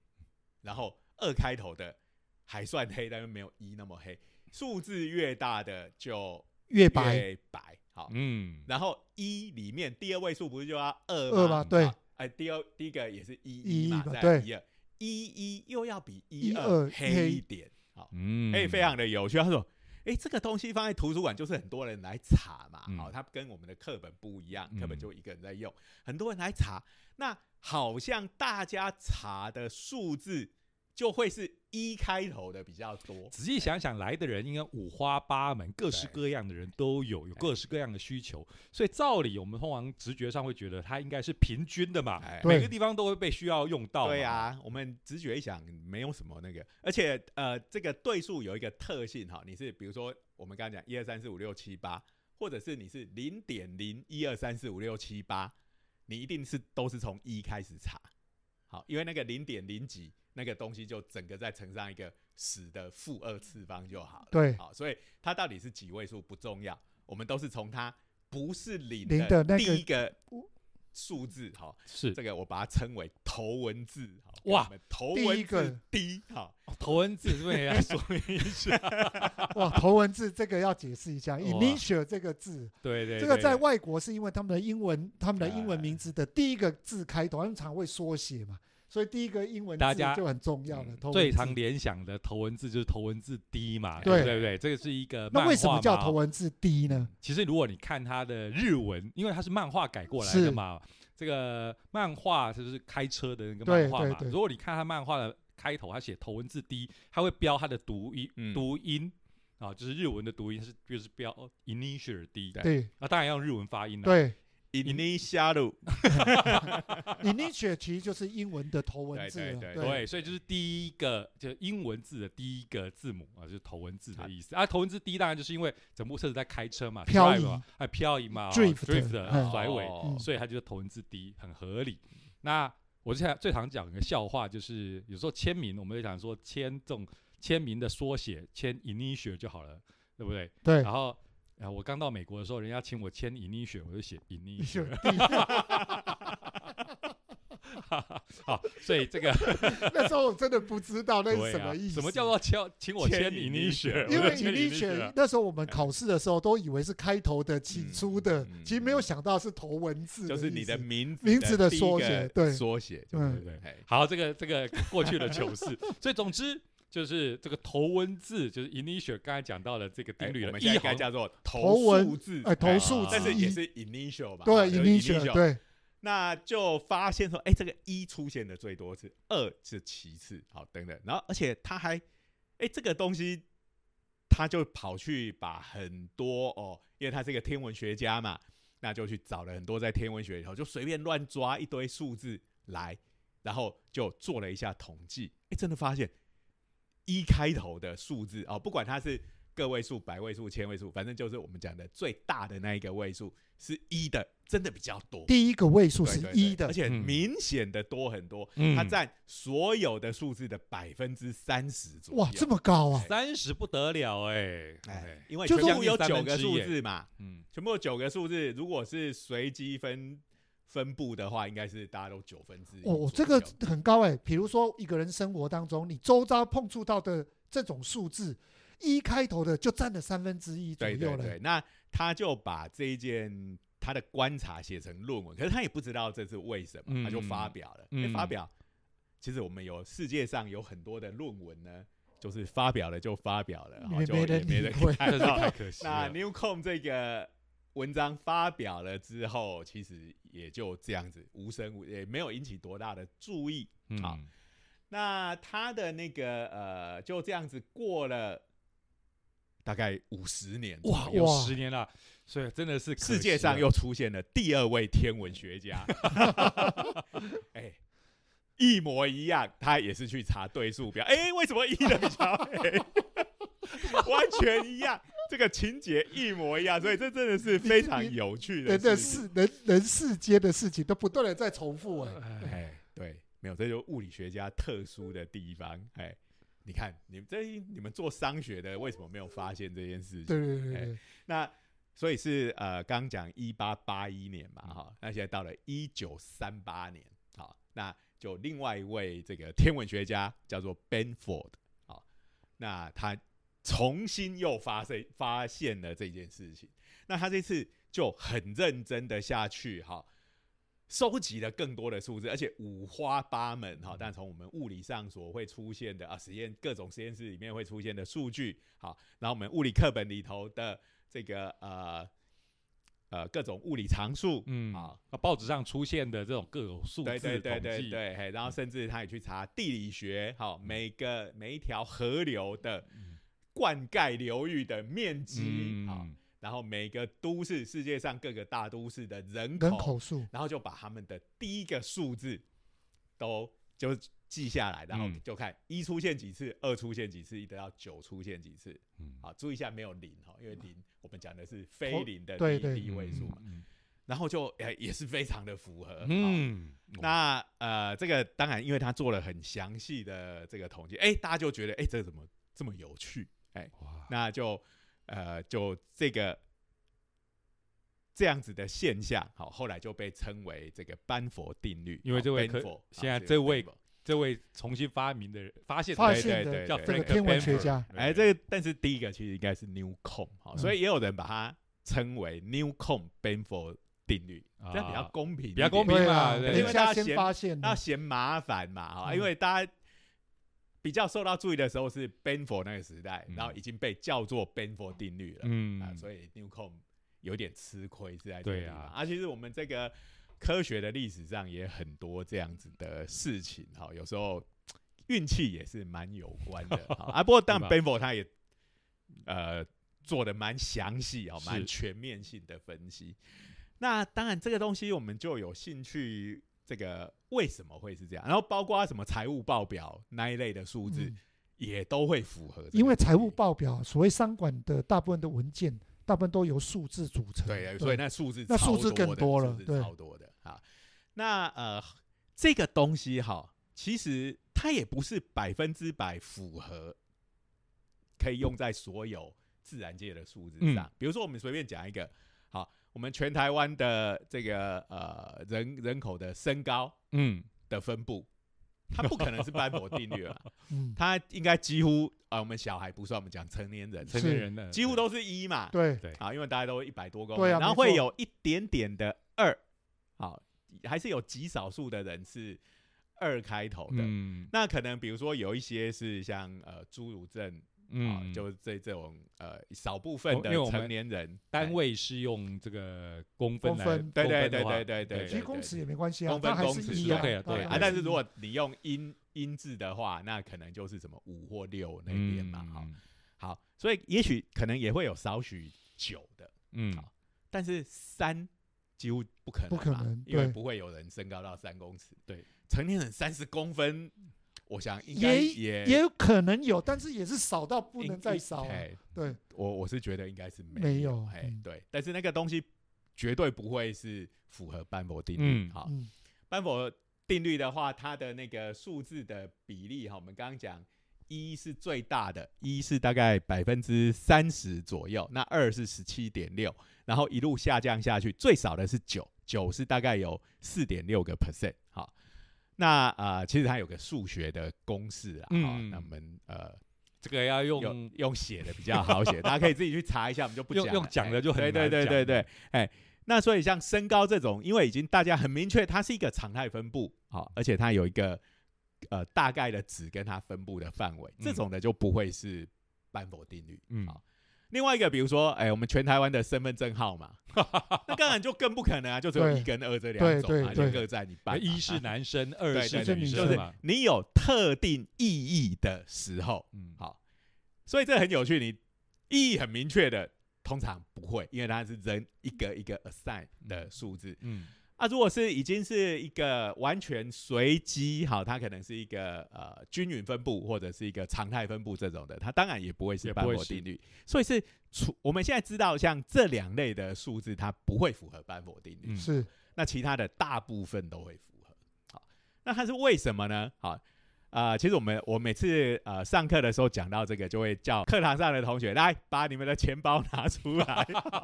A: 然后二开头的还算黑，但是没有一那么黑。数字越大的就
C: 月白，
A: 越白，好。
B: 嗯，
A: 然后一里面第二位数不是就要二
C: 二
A: 吗
C: 吗？对
A: 好哎，第二第一个也是一
C: 一
A: 嘛，
C: 吧
A: 再
C: 对
A: 一二，一一又要比一
C: 一二
A: 黑
C: 黑
A: 一点，好，
B: 嗯，
A: 哎，非常的有趣。他说，哎，这个东西放在图书馆就是很多人来查嘛，
B: 嗯
A: 好，它跟我们的课本不一样，
B: 嗯
A: 课本就一个人在用，很多人来查，那好像大家查的数字就会是一开头的比较多，
B: 仔细想想，来的人应该五花八门，各式各样的人都有，有各式各样的需求，所以照理我们通常直觉上会觉得它应该是平均的嘛，
A: 哎
C: 对
B: 每个地方都会被需要用到。
A: 对，啊，我们直觉一想，没有什么那个，而且呃，这个对数有一个特性哈，你是比如说我们刚刚讲一二三四五六七八，或者是你是零点零一二三四五六七八，你一定是都是从一开始查，好，因为那个零点零几那个东西就整个再乘上一个十的负二次方就好了，
C: 对
A: 好，所以它到底是几位数不重要，我们都是从它不是零
C: 零的那个
A: 第一个数字，好，
B: 是
A: 这个我把它称为头文字，好，给
B: 哇
A: 我们头
C: 第一
A: 文
C: 个
A: 字 D，好，
B: 头文字是不是也要
A: *laughs*
B: 说明一下？
C: 哇，头文字这个要解释一下
B: 哇
C: ，initial 这个字，
B: 对对，
C: 这个
B: 对
C: 在外国是因为他们的英文，他们的英文
A: 哎
C: 名字的第一个字开头，他们常会缩写嘛，所以第一个英文
B: 大
C: 字
B: 家
C: 就很重要了。
A: 嗯
C: 头文
B: 最
C: 字
B: 常联想的头文字就是头文字 D 嘛，
C: 对
B: 对不对？这个是一个漫
C: 那为什
B: 画
C: 么叫
B: 嘛
C: 头？文字 D 呢？
B: 其实如果你看它的日文，因为它是漫画改过来的
C: 是
B: 嘛，这个漫画就是开车的那个
C: 对
B: 漫画
C: 对
B: 嘛。
C: 对
B: 如果你看它漫画的开头，它写头文字 D，它会标它的读音、
A: 嗯
B: 读音啊，就是日文的读音是就是标哦 initial D，
C: 对
B: 啊，当然要用日文发音了。
C: 对
A: initial，
C: 啊
A: *laughs*
C: ，initial 其实就是英文的头文
A: 对
C: 字
A: 对对
C: 了。
B: 对，所以就是第一个，就英文字的第一个字母啊，就是头文字的意思啊。头文字 D 当然就是因为整部车子在开车嘛，
C: 漂
B: drive
C: 移
B: 嘛，哎，漂移嘛
C: drift，
B: drift 啊
C: 嗯
B: 甩尾，
A: 哦
B: 所以它就是头文字 D，很合理。那我现在最常讲一个笑话，就是有时候签名，我们就讲说签这种签名的缩写，签 initial 就好了，对不对？
C: 对
B: 然后。啊，我刚到美国的时候，人家请我签 initial，我就写
C: *laughs*
B: initial，好，所以这个
C: 那时候我真的不知道那
B: 对
C: 是什
B: 啊
C: 么意思。
B: 什么叫做签？请我
A: 签
B: 签
A: initial，
B: initial？
C: 因
B: 我就
C: 为
B: 签
C: initial
A: 啊
B: initial
C: 那时候我们考试的时候都以为是开头的、起
A: 嗯
C: 初的
A: 嗯，
C: 其实没有想到是头文字，
A: 就是你的。名字
C: 名字的
A: 第一
C: 缩
A: 个
C: 写对
A: 缩写，对
C: 嗯
A: 不对？嘿
B: 好，这个这个过去的糗事。所以总之就是这个头文字，就是 initial 刚才讲到的这个定律
A: 哎我
B: 了，
A: 们
B: 一
A: 现在应该
B: 横
A: 叫做
C: 头文
A: 数字，
C: 哎，头
A: 嘿
C: 数
B: 啊
C: 字
A: 但是
C: 一
A: 也是 initial 吧？
C: 对
A: 就是
C: initial 对
A: 那就发现说，哎、这个一出现的最多次，二是其次，好等等，然后而且他还，哎、这个东西，他就跑去把很多哦，因为他是一个天文学家嘛，那就去找了很多在天文学里头就随便乱抓一堆数字来，然后就做了一下统计，哎、真的发现一开头的数字哦，不管它是个位数、百位数、千位数，反正就是我们讲的最大的那一个位数是一的，真的比较多。
C: 第一个位数
A: 对
C: 是
A: 对对
C: 一的
A: 而，且
B: 嗯
A: 明显的多很多，
B: 嗯
A: 它占所有的数字的百分之三十左右。
C: 哇，这么高啊！
B: 三十不得了哎
A: 哎
B: 哎，，
A: 因为
C: 就
A: 全
C: 是
A: 部有
B: 将近
A: 九个
B: 三分之
A: 数
B: 一
A: 字嘛，
B: 嗯，
A: 全部有九个数字，如果是随机分分布的话，应该是大家都九分之一左右。
C: 哦，这个很高哎。比如说一个人生活当中，你周遭碰触到的这种数字，一开头的就占了三分之一左
A: 对对
C: 右了
A: 对，。那他就把这一件他的观察写成论文，可是他也不知道这是为什么，
B: 嗯
A: 他就发表了。
B: 嗯
A: 哎发表，其实我们有世界上有很多的论文呢，就是发表了就发表了，
C: 也
A: 好就
C: 没
A: 也
C: 人
A: 没
C: 理
A: 人
C: 会
A: 看
B: *laughs* 真是
A: 到。
B: 太可惜
A: 哎那
B: 了。
A: Newcom 这个文章发表了之后，其实也就这样子，无声无也没有引起多大的注意。好
B: 嗯
A: 那他的那个呃，就这样子过了大概五十年左右，
B: 哇，有
C: 哇
B: 十年了，所以真的是可惜
A: 世界上
B: 了
A: 又出现了第二位天文学
B: *laughs*
A: 家，哎、一模一样，他也是去查对数表，哎、为什么一的比较黑？完全一样，这个情节一模一样，所以这真的是非常有趣的
C: 人的
A: 事情。
C: 世人人世间的事情都不断的在重复哎。
B: 哎
A: 哎，对，没有，这就是物理学家特殊的地方。哎，你看，你们这你们做商学的为什么没有发现这件事情？
C: 对对对对对，
A: 那所以是呃，刚讲一八八一年嘛，哈，那现在到了一九三八年，好，那就另外一位这个天文学家叫做 Benford，好，那他重新又发生发现了这件事情，那他这次就很认真的下去，哈。收集了更多的数字，而且五花八门哈。但从我们物理上所会出现的啊，实验各种实验室里面会出现的数据，好，然后我们物理课本里头的这个呃呃各种物理常数，
B: 嗯
A: 好，
B: 啊，报纸上出现的这种各种数字
A: 对对对对
B: 统计嗯
A: 对，嘿然后甚至他也去查地理学，好，每个每一条河流的灌溉流域的面积，好，
B: 嗯
A: 然后每个都市，世界上各个大都市的人口，
C: 人口数
A: 然后就把他们的第一个数字都就记下来，然后
B: 嗯
A: 就看一出现几次，二出现几次，一直到九出现几次，
B: 嗯
A: 好，注意一下没有零哈，因为零我们讲的是非
C: 头
A: 零的
C: 对
A: 第
C: 对
A: 第一位数嘛，
B: 嗯
A: 然后就呃也是非常的符合，嗯。
B: 嗯，哇
A: 那呃，这个当然，因为他做了很详细的这个统计，哎、大家就觉得，哎、这怎么这么有趣？
B: 哇
A: 那就呃，就这个这样子的现象，好，后来就被称为这个班佛定律。
B: 因为
A: 好
B: 这位
A: 班
B: 科
A: 佛
B: 现在
A: 啊是
B: 这位
A: Benford
B: 这位重新发明的人发现的
C: 发
B: 人
C: 现
A: 对对
C: 的
B: 叫
A: 对
C: 这个
B: Frank
C: 天文学
B: Benford
C: 家，
A: 哎，这个但是第一个其实应该是 Newcomb，好，所
C: 嗯
A: 以也有人把它称为 Newcomb Benford 定律，这样比较
B: 啊
A: 公平，
B: 比较公平
C: 对
B: 嘛
C: 啊，
B: 对
A: 因
C: 人
A: 为大
C: 家
A: 家
C: 先
A: 嫌
C: 发现
A: 那
C: 的，
A: 嫌麻烦嘛，哈、
C: 嗯
A: 因为大家比较受到注意的时候是 Benford 那个时代，
B: 嗯
A: 然后已经被叫做 Benford 定律了，
B: 嗯
A: 啊，所以 Newcomb 有点吃亏是在这
B: 对
A: 个地方
B: 啊
A: 啊，其实我们这个科学的历史上也很多这样子的事情，哈、有时候运气也是蛮有关的好 *laughs* 啊。不过当然
B: 对
A: Benford 他也呃做的蛮详细哦，蛮
B: 是
A: 全面性的分析。那当然，这个东西我们就有兴趣，这个为什么会是这样？然后包括什么财务报表那一类的数字，
C: 嗯
A: 也都会符合这个比例。
C: 因为财务报表，所谓商管的大部分的文件，大部分都由数字组成。
A: 对，啊所以那数字
C: 那
A: 超
C: 数字
A: 多
C: 更多
A: 的
C: 了
A: 数字
C: 对
A: 超多的啊。那呃，这个东西哈，其实它也不是百分之百符合，可以用在所有自然界的数字上。
C: 嗯
A: 比如说，我们随便讲一个，好，我们全台湾的这个呃人人口的身高
B: 嗯，
A: 的分布。它不可能是班佛定律
C: *laughs*
A: 了，
C: 嗯，
A: 它应该几乎啊、呃我们小孩不算，我们讲成年人，
B: 成年人的
A: 几乎都是一嘛，
C: 对，
B: 对
A: 啊，因为大家都一百多公分，
C: 对啊
A: 然后
C: 没错
A: 会有一点点的二，好，还是有极少数的人是二开头的。
B: 嗯
A: 那可能比如说有一些是像呃侏儒症啊，
B: 嗯，
A: 就这这种呃少部分
B: 哦因
A: 的
B: 为我们
A: 成年人
B: 单
A: 哎
B: 位是用这个公分
C: 公
B: 来，
C: 分
A: 对对
B: 公分的
A: 对
B: 话
A: 对对对对
C: 其实公尺也没关系啊
A: 公，分
C: 它还
A: 公
C: 是
A: 尺
C: 一啊
B: 都可以啊，
C: 它
B: 对
A: 啊，
C: 还
A: 但是
C: 一
A: 如果你用音音字的话，那可能就是什么五或六那边嘛，好、
B: 嗯
A: 好，所以也许可能也会有少许九的，
B: 嗯
A: 好但是三几乎不可能嘛，
C: 不可能
A: 因为
C: 对
A: 不会有人身高到三公尺。
B: 对，
A: 成年人三十公分，我想应该
C: 也
A: 也
C: 也有可能有，但是也是少到不
A: 应
C: 能再少啊。
A: 哎
C: 对，
A: 我我是觉得应该是
C: 没
A: 有
C: 有，
A: 哎、
C: 嗯
A: 对，但是那个东西绝对不会是符合班佛定律。
B: 嗯
A: 好，
C: 嗯，
A: 班佛定律的话，它的那个数字的比例哈，我们刚刚讲一是最大的，一是大概百分之三十左右，那二是十七点六，然后一路下降下去，最少的是九，九是大概有四点六个 percent 好，那啊、呃其实它有个数学的公式啊，
B: 嗯
A: 好那我们呃
B: 这个要
A: 用
B: 用
A: 用写的比较好
B: *laughs*
A: 写，大家可以自己去查一下，我们就不讲
B: 用
A: 了哎
B: 用讲的就很
A: 对对
B: 难
A: 对
B: 讲
A: 对对，哎，那所以像身高这种，因为已经大家很明确，它是一个常态分布，好、而且它有一个呃大概的值跟它分布的范围，这
B: 嗯
A: 种的就不会是班否定律。
B: 嗯
A: 好另外一个，比如说，哎，我们全台湾的身份证号
B: *laughs*
A: 码，那当然就更不可能啊，就只有
C: 对
A: 一跟二这两
C: 对
A: 种嘛，
C: 对
A: 就
C: 对
A: 各占一
B: 那
A: 半嘛。
B: 一是男生，二
A: 对
B: 是
A: 对
B: 女
C: 对
A: 啊就是
B: 生嘛，
A: 你有特定意义的时候，
B: 嗯
A: 好，所以这很有趣。你意义很明确的，通常不会，因为它是人一个一个 assign 的数字。
B: 嗯
A: 啊，如果是已经是一个完全随机，好，它可能是一个呃均匀分布或者是一个常态分布这种的，它当然也不会是
B: 也
A: 班
B: 不会
A: 佛
B: 是
A: 定律。所以是除我们现在知道，像这两类的数字，它不会符合班佛定律。
B: 嗯
C: 是
A: 那其他的大部分都会符合。好，那它是为什么呢？好，啊，其实我们我每次呃上课的时候讲到这个，就会叫课堂上的同学来把你们的钱包拿出来， *laughs*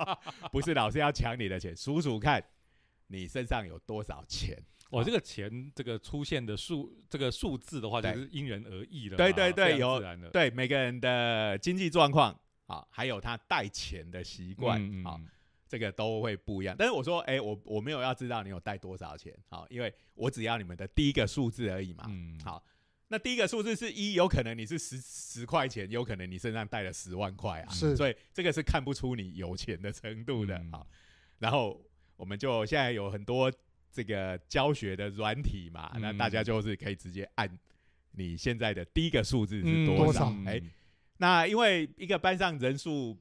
A: 不是老师要抢你的钱，数数看你身上有多少钱。
B: 我这个钱这个出现的数这个数字的话，就
A: 对
B: 是因人而异了嘛，
A: 对对对
B: 非常
A: 有
B: 自然了
A: 对每个人的经济状况啊，还有他带钱的习惯
B: 嗯
A: 啊，
B: 嗯
A: 这个都会不一样。但是我说，哎、我我没有要知道你有带多少钱，好，因为我只要你们的第一个数字而已嘛。
B: 嗯
A: 好，那第一个数字是一，有可能你是十十块钱，有可能你身上带了十万块啊，
C: 是
A: 所以这个是看不出你有钱的程度的。
B: 嗯
A: 好，然后我们就现在有很多这个教学的软体嘛，那大家
B: 嗯
A: 就是可以直接按你现在的第一个数字是多
C: 多
A: 少
C: 少？
A: 哎、
B: 嗯
A: 那因为一个班上人数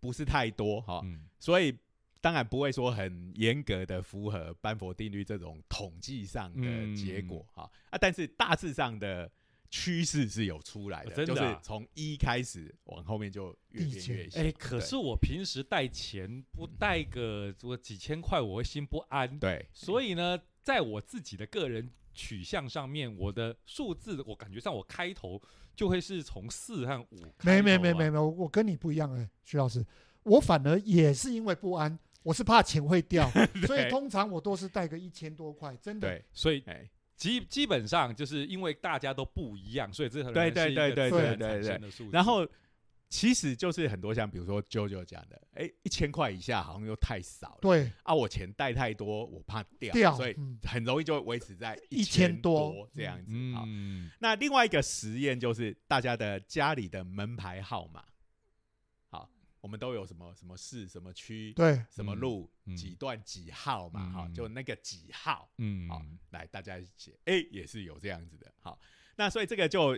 A: 不是太多哈，
B: 嗯
A: 所以当然不会说很严格的符合班佛定律这种统计上
B: 嗯
A: 的结果哈、啊，但是大致上的趋势是有出来的，
B: 哦真
A: 就
B: 的啊
A: 是从一开始往后面就越
C: 递
A: 变
C: 减
A: 越小。
B: 哎，可是我平时带钱不
A: 嗯
B: 带个我几千块，我会心不安。
A: 对，
B: 所以呢，在我自己的个人取向上面，我的数字我感觉上我开头就会是从四和
A: 啊
B: 五、啊
C: 欸没没没没，没，我跟你不一样哎，徐老师，我反而也是因为不安，我是怕钱
A: *laughs*
C: 会掉，所以
A: 对
C: 通常我都是带个一千多块，真的。
A: 对，
B: 所以
A: 哎，
B: 基基本上就是因为大家都不一样，所以这很
A: 对对对对对
C: 对
A: 对
B: 的数字。
A: 然后其实就是很多像比如说 JoJo 讲的，哎，一千块以下好像又太少了，
C: 对，
A: 啊，我钱带太多，我怕掉，
C: 掉，
A: 所以
C: 嗯，
A: 很容易就维持在
C: 1000
A: 千
C: 多
A: 这样子。好，
B: 嗯，
A: 那另外一个实验就是大家的家里的门牌号码，好，我们都有什么什么市、什么区、
C: 对，
A: 什么
B: 嗯
A: 路、
B: 嗯
A: 几段几号嘛，好，
B: 嗯
A: 就那个几号，
B: 嗯
A: 好来大家写，哎、也是有这样子的。好，那所以这个就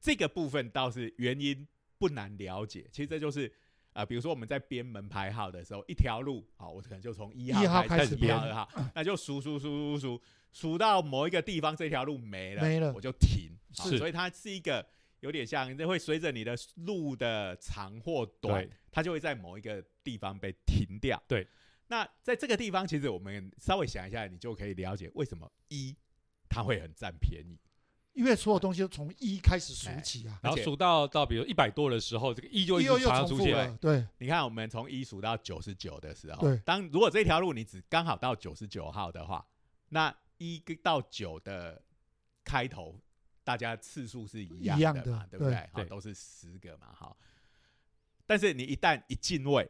A: 这个部分倒是原因不难了解，其实这就是。啊、比如说我们在编门牌号的时候，一条路，好，我可能就从一
C: 一号
A: 号
C: 开
A: 开
C: 始
A: 一号、
C: 编
A: 二号，那就数数数数数数到某一个地方，这条路没了，
C: 没了
A: 我就停。好
B: 是
A: 所以它是一个有点像，那会随着你的路的长或短
B: 对，
A: 它就会在某一个地方被停掉。
B: 对，
A: 那在这个地方，其实我们稍微想一下，你就可以了解为什么一它会很占便宜。
C: 因为所有东西都从一开始数
A: 哎
C: 起啊，
B: 然
A: 而
B: 后
A: 且
B: 数到到比如一百多的时候，这个一就一
C: 又
A: 哎
B: 直
C: 又
B: 常常
C: 重
B: 出
C: 复
B: 现。
C: 了，对，
A: 你看，我们从一数到九十九的时候
C: 对，
A: 当如果这条路你只刚好到九十九号的话，那一跟到九的开头，大家次数是一样
C: 一样
A: 的嘛，
C: 的
A: 对不对？好，
B: 对
A: 都是十个嘛，好。但是你一旦一进位，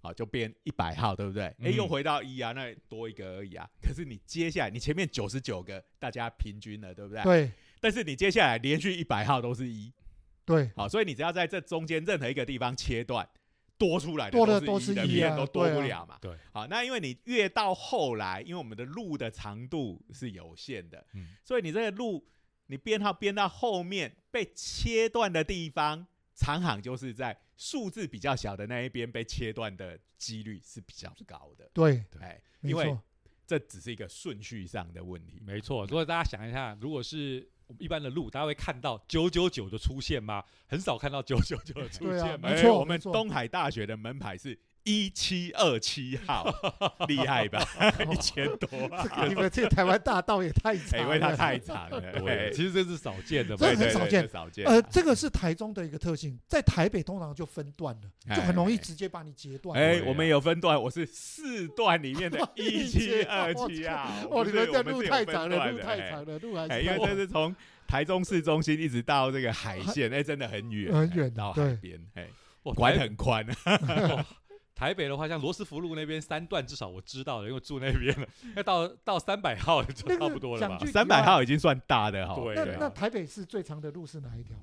A: 好就变一百号，对不对？哎、
B: 嗯
A: 又回到一啊，那多一个而已啊。可是你接下来，你前面九十九个大家平均了，对不对？
C: 对，
A: 但是你接下来连续一百号都是一，
C: 对，
A: 好，所以你只要在这中间任何一个地方切断，多出来的
C: 多的
A: 都
C: 都
A: 是
C: 是
A: 的，
C: 一
A: 永远
C: 啊
A: 都多不
C: 对啊
A: 了嘛。
B: 对
A: 好，那因为你越到后来，因为我们的路的长度是有限的，
B: 嗯
A: 所以你这个路你编号编到后面被切断的地方，长行就是在数字比较小的那一边被切断的几率是比较高的。
C: 对，
A: 哎，
C: 没
A: 因为 *laughs*
C: 错，
A: 这只是一个顺序上的问题。
B: 没错，如果大家想一下，如果是我们一般的路，大家会看到九九九的出现吗？很少看到九九九的出
C: 对啊
B: 现嘛。
C: 没
A: 哎
C: 错
A: 我们
C: 没错
A: 东海大学的门牌是一七二七号，厉害
C: *laughs*
A: 吧？一千多啊，
C: 这个你们这个台湾大道也太
A: 哎 *laughs* 因
C: 长
A: 为它
C: 了。
A: 太长了，
B: 对，
A: 哎
B: 其实这是少见的嘛。
C: 这
A: 对
C: 很
A: 对
C: 少
A: 对
C: 见
A: 这少见啊。
C: 呃，这个是台中的一个特性，在台北通常就分段了，就很容易
A: 哎
C: 直接把你截断。。
A: 哎，
B: 对啊
A: 我们有分段，我是四段里面的一七二七啊
C: *laughs* 哦，
A: 不
C: 你
A: 是
C: 们这
A: 我
C: 路
A: 是有
C: 太
A: 分
C: 长了，
A: 段
C: 路
A: 的
C: 太
A: 哎
C: 长了，路还
A: 哎，
C: 是
A: 因
C: 太
A: 为这是
C: 长。
A: 从台中市中心一直到这个海线，哎，真的很远，
C: 很
A: 哎
C: 远
A: 到
C: 对
A: 海边，哎，
B: 哇
A: 管
B: 台
A: 很宽啊。
B: *laughs* 台北的话，像罗斯福路那边三段，至少我知道了，因为住那边了。那到到三百号就
C: 那个
B: 差不多了吧
C: 讲？句
A: 三百号已经算大的哈。啊
B: 对
C: 那
B: 对
C: 那台北市最长的路是哪一条？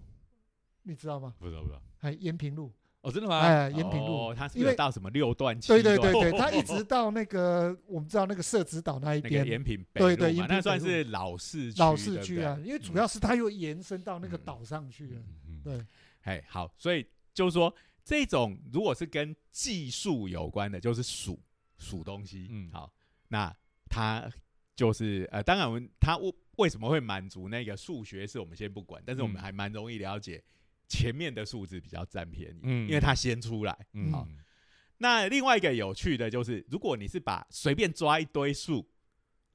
C: 你知道吗？
B: 不知道不知道。
C: 哎，延平路，
B: 哦，真的吗？
C: 哎，延平路，
A: 啊哦，它是
C: 因
A: 有
C: 为
A: 到什么六段、七
C: 对
A: 段？
C: 对对对，
B: 哦
C: 它一直到那个我们知道那个社子岛那一
A: 那个
C: 边
A: 延平北
C: 对
A: 路
C: 对
A: 嘛
C: 延，平
A: 那算
C: 北路
A: 是老市区，
C: 老市
A: 对不
C: 区
A: 对嗯
C: 啊，因为主要是它又延伸到那个岛上去了。
B: 嗯嗯
C: 对，
A: 哎，好，所以就是说，这种如果是跟技术有关的，就是数数东西。
B: 嗯
A: 好，那它就是呃，当然我们它为为什么会满足那个数学是我们先不管，但是我们
B: 嗯
A: 还蛮容易了解前面的数字比较占便宜，
B: 嗯
A: 因为它先出来。
B: 嗯
A: 好，那另外一个有趣的就是，如果你是把随便抓一堆数，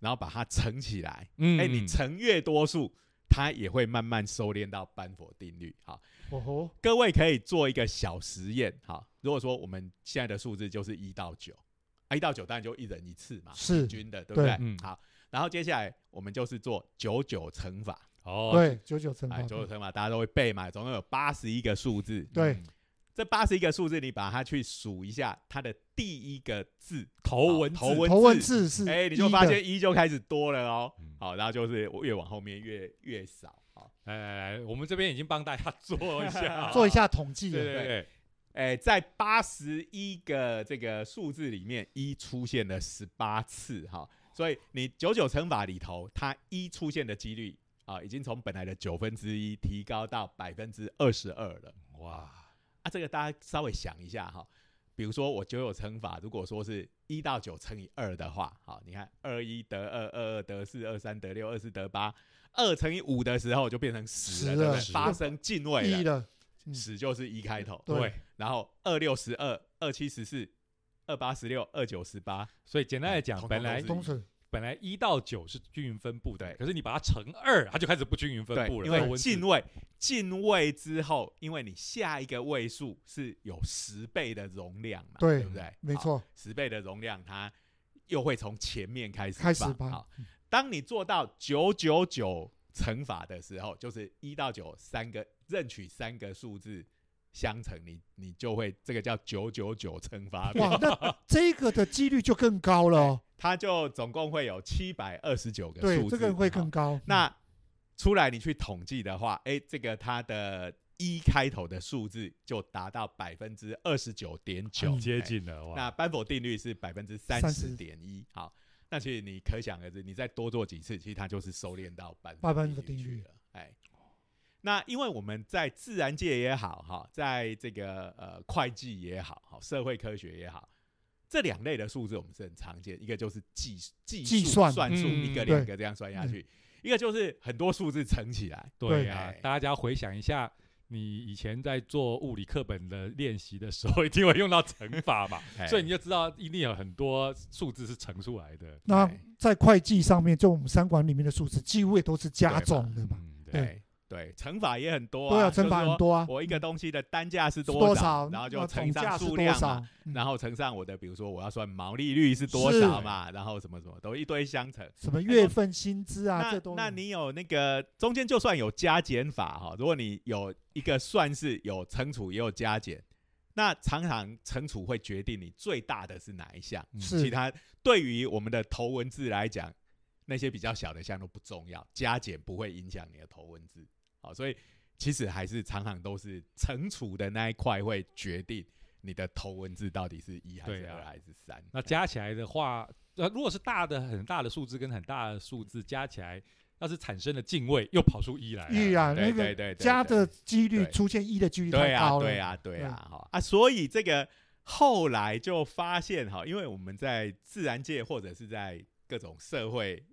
A: 然后把它乘起来，
B: 嗯
A: 哎、你乘越多数，它也会慢慢收敛到班佛定律。好，
C: 哦吼，
A: 各位可以做一个小实验。好，如果说我们现在的数字就是一到九，啊，一到九当然就一人一次嘛，
C: 是
A: 平均的，对不对？
B: 对嗯
A: 好，然后接下来我们就是做九九乘法，
B: 哦，
C: 对，九九乘法
A: 哎，，九九乘法大家都会背嘛，总共有八十一个数字。
C: 对
B: 嗯，
A: 这八十一个数字，你把它去数一下，它的第一个字
B: 头文字
A: 头文
C: 头文字是
A: 哎、你就
C: 嗯一
A: 发
C: 的
A: 现一就开始多了哦。
B: 嗯
A: 好，然后就是越往后面越越少。好，，
B: 来来哎来，我们这边已经帮大家做一
A: *laughs*
B: 下
C: 做一下统
B: 对
C: 计了，
B: 对对对，
A: 哎、在八十一个这个数字里面，一出现了十八次。哈，所以你九九乘法里头，它一出现的几率啊，已经从本来的九分之一提高到百分之二十二了。
B: 哇，
A: 啊，这个大家稍微想一下哈。比如说我九九乘法，如果说是一到九乘以二的话，好，你看二一得二，二二得四，二三得六，二四得八，二乘以五的时候就变成十了，
C: 10
A: 对不
C: 了
A: 对？发生进位
C: 一
A: 了，
C: 的，嗯
A: 十就是一开头，
C: 对
B: 对，
A: 然后二六十二，二七十四，二八十六，二九十八，
B: 所以简单来
A: 哎
B: 讲，
A: 通通
B: 本来
A: 都是
C: 东水
B: 本来一到九是均匀分布的，
A: 对
B: 可是你把它乘二，它就开始不均匀分
A: 对，
B: 布了。
A: 因
B: 头
A: 为
B: 文字
A: 进位进位之后，因为你下一个位数是有十倍的容量嘛，
C: 对
A: 不对？
C: 没
A: 好，
C: 错，
A: 十倍的容量它又会从前面开始
C: 开始嗯
A: 吧。
C: 吧
A: 好，当你做到九九九乘法的时候，就是一到九三个任取三个数字相乘，你你就会这个叫九九九乘法表，
C: 哇，那这个的几率就更高了
A: *laughs*
C: 哦，
A: 它就总共会有七百二十九个数
C: 对，
A: 字，
C: 这个会
A: 好
C: 更嗯高。
A: 那出来你去统计的话，哎，这个它的一开头的数字就达到百分之二十九点九，哎
B: 很接
A: 诶。
B: 近了哇。
A: 嗯那班否定律是百分之三十点一，好，那其实你可想而知，你再多做几次，其实它就是收敛到班
C: 巴班
A: 否
C: 否
A: 定
C: 定
A: 律去
C: 律
A: 了，哎。那因为我们在自然界也好，哈，在这个呃会计也好，好社会科学也好，这两类的数字我们是很常见，一个就是计计
C: 计
A: 数
C: 算
A: 算数，
B: 嗯
A: 一个
C: 对
A: 两个这样算下去，一个就是很多数字乘起来，
B: 对
C: 对
B: 啊
A: 哎，
B: 大家回想一下，你以前在做物理课本的练习的时候，一定会用到乘法嘛，
A: 哎
B: 所以你就知道一定有很多数字是乘出来的。
C: 那
A: 对
C: 在会计上面，就我们三管里面的数字几乎也都是加总的嘛，
B: 嗯，对，
A: 对哎对，乘法也很多
C: 对
A: 啊，
C: 啊，乘
A: 就
C: 法
A: 是说
C: 很多啊，
A: 我一个东西的单价是
C: 是多
A: 少，然后就
C: 那
A: 乘
C: 总价
A: 上
C: 是
A: 数
C: 多
A: 量嘛，啊
C: 少，嗯
A: 然后乘上我的，比如说我要算毛利率是多
C: 是
A: 少嘛，然后什么什么都一堆相乘。
C: 什么月份薪资啊，这
A: 哎那
C: 都
A: 那
C: 有
A: 你有那个中间就算有加减法哈、如果你有一个算是有乘除也有加减，那常常乘除会决定你最大的是哪一项，
B: 嗯
A: 其
C: 是
A: 他对于我们的头文字来讲，那些比较小的项都不重要，加减不会影响你的头文字。好，所以其实还是常常都是乘除的那一块会决定你的头文字到底是一还是
B: 对啊
A: 二还是三。
B: 那加起来的话，呃，如果是大的很大的数字跟很大的数字加起来，要是产生了进位，又跑出一来
C: 依
B: 了。
C: 然
A: 对
C: 那
A: 对对
C: 个
A: 对，
C: 加
A: 对
C: 的几率
A: 对
C: 出现一的几率
A: 对
C: 太
A: 啊，
C: 高了，
A: 对啊，对啊，哈啊，所以这个后来就发现哈，因为我们在自然界或者是在各种社会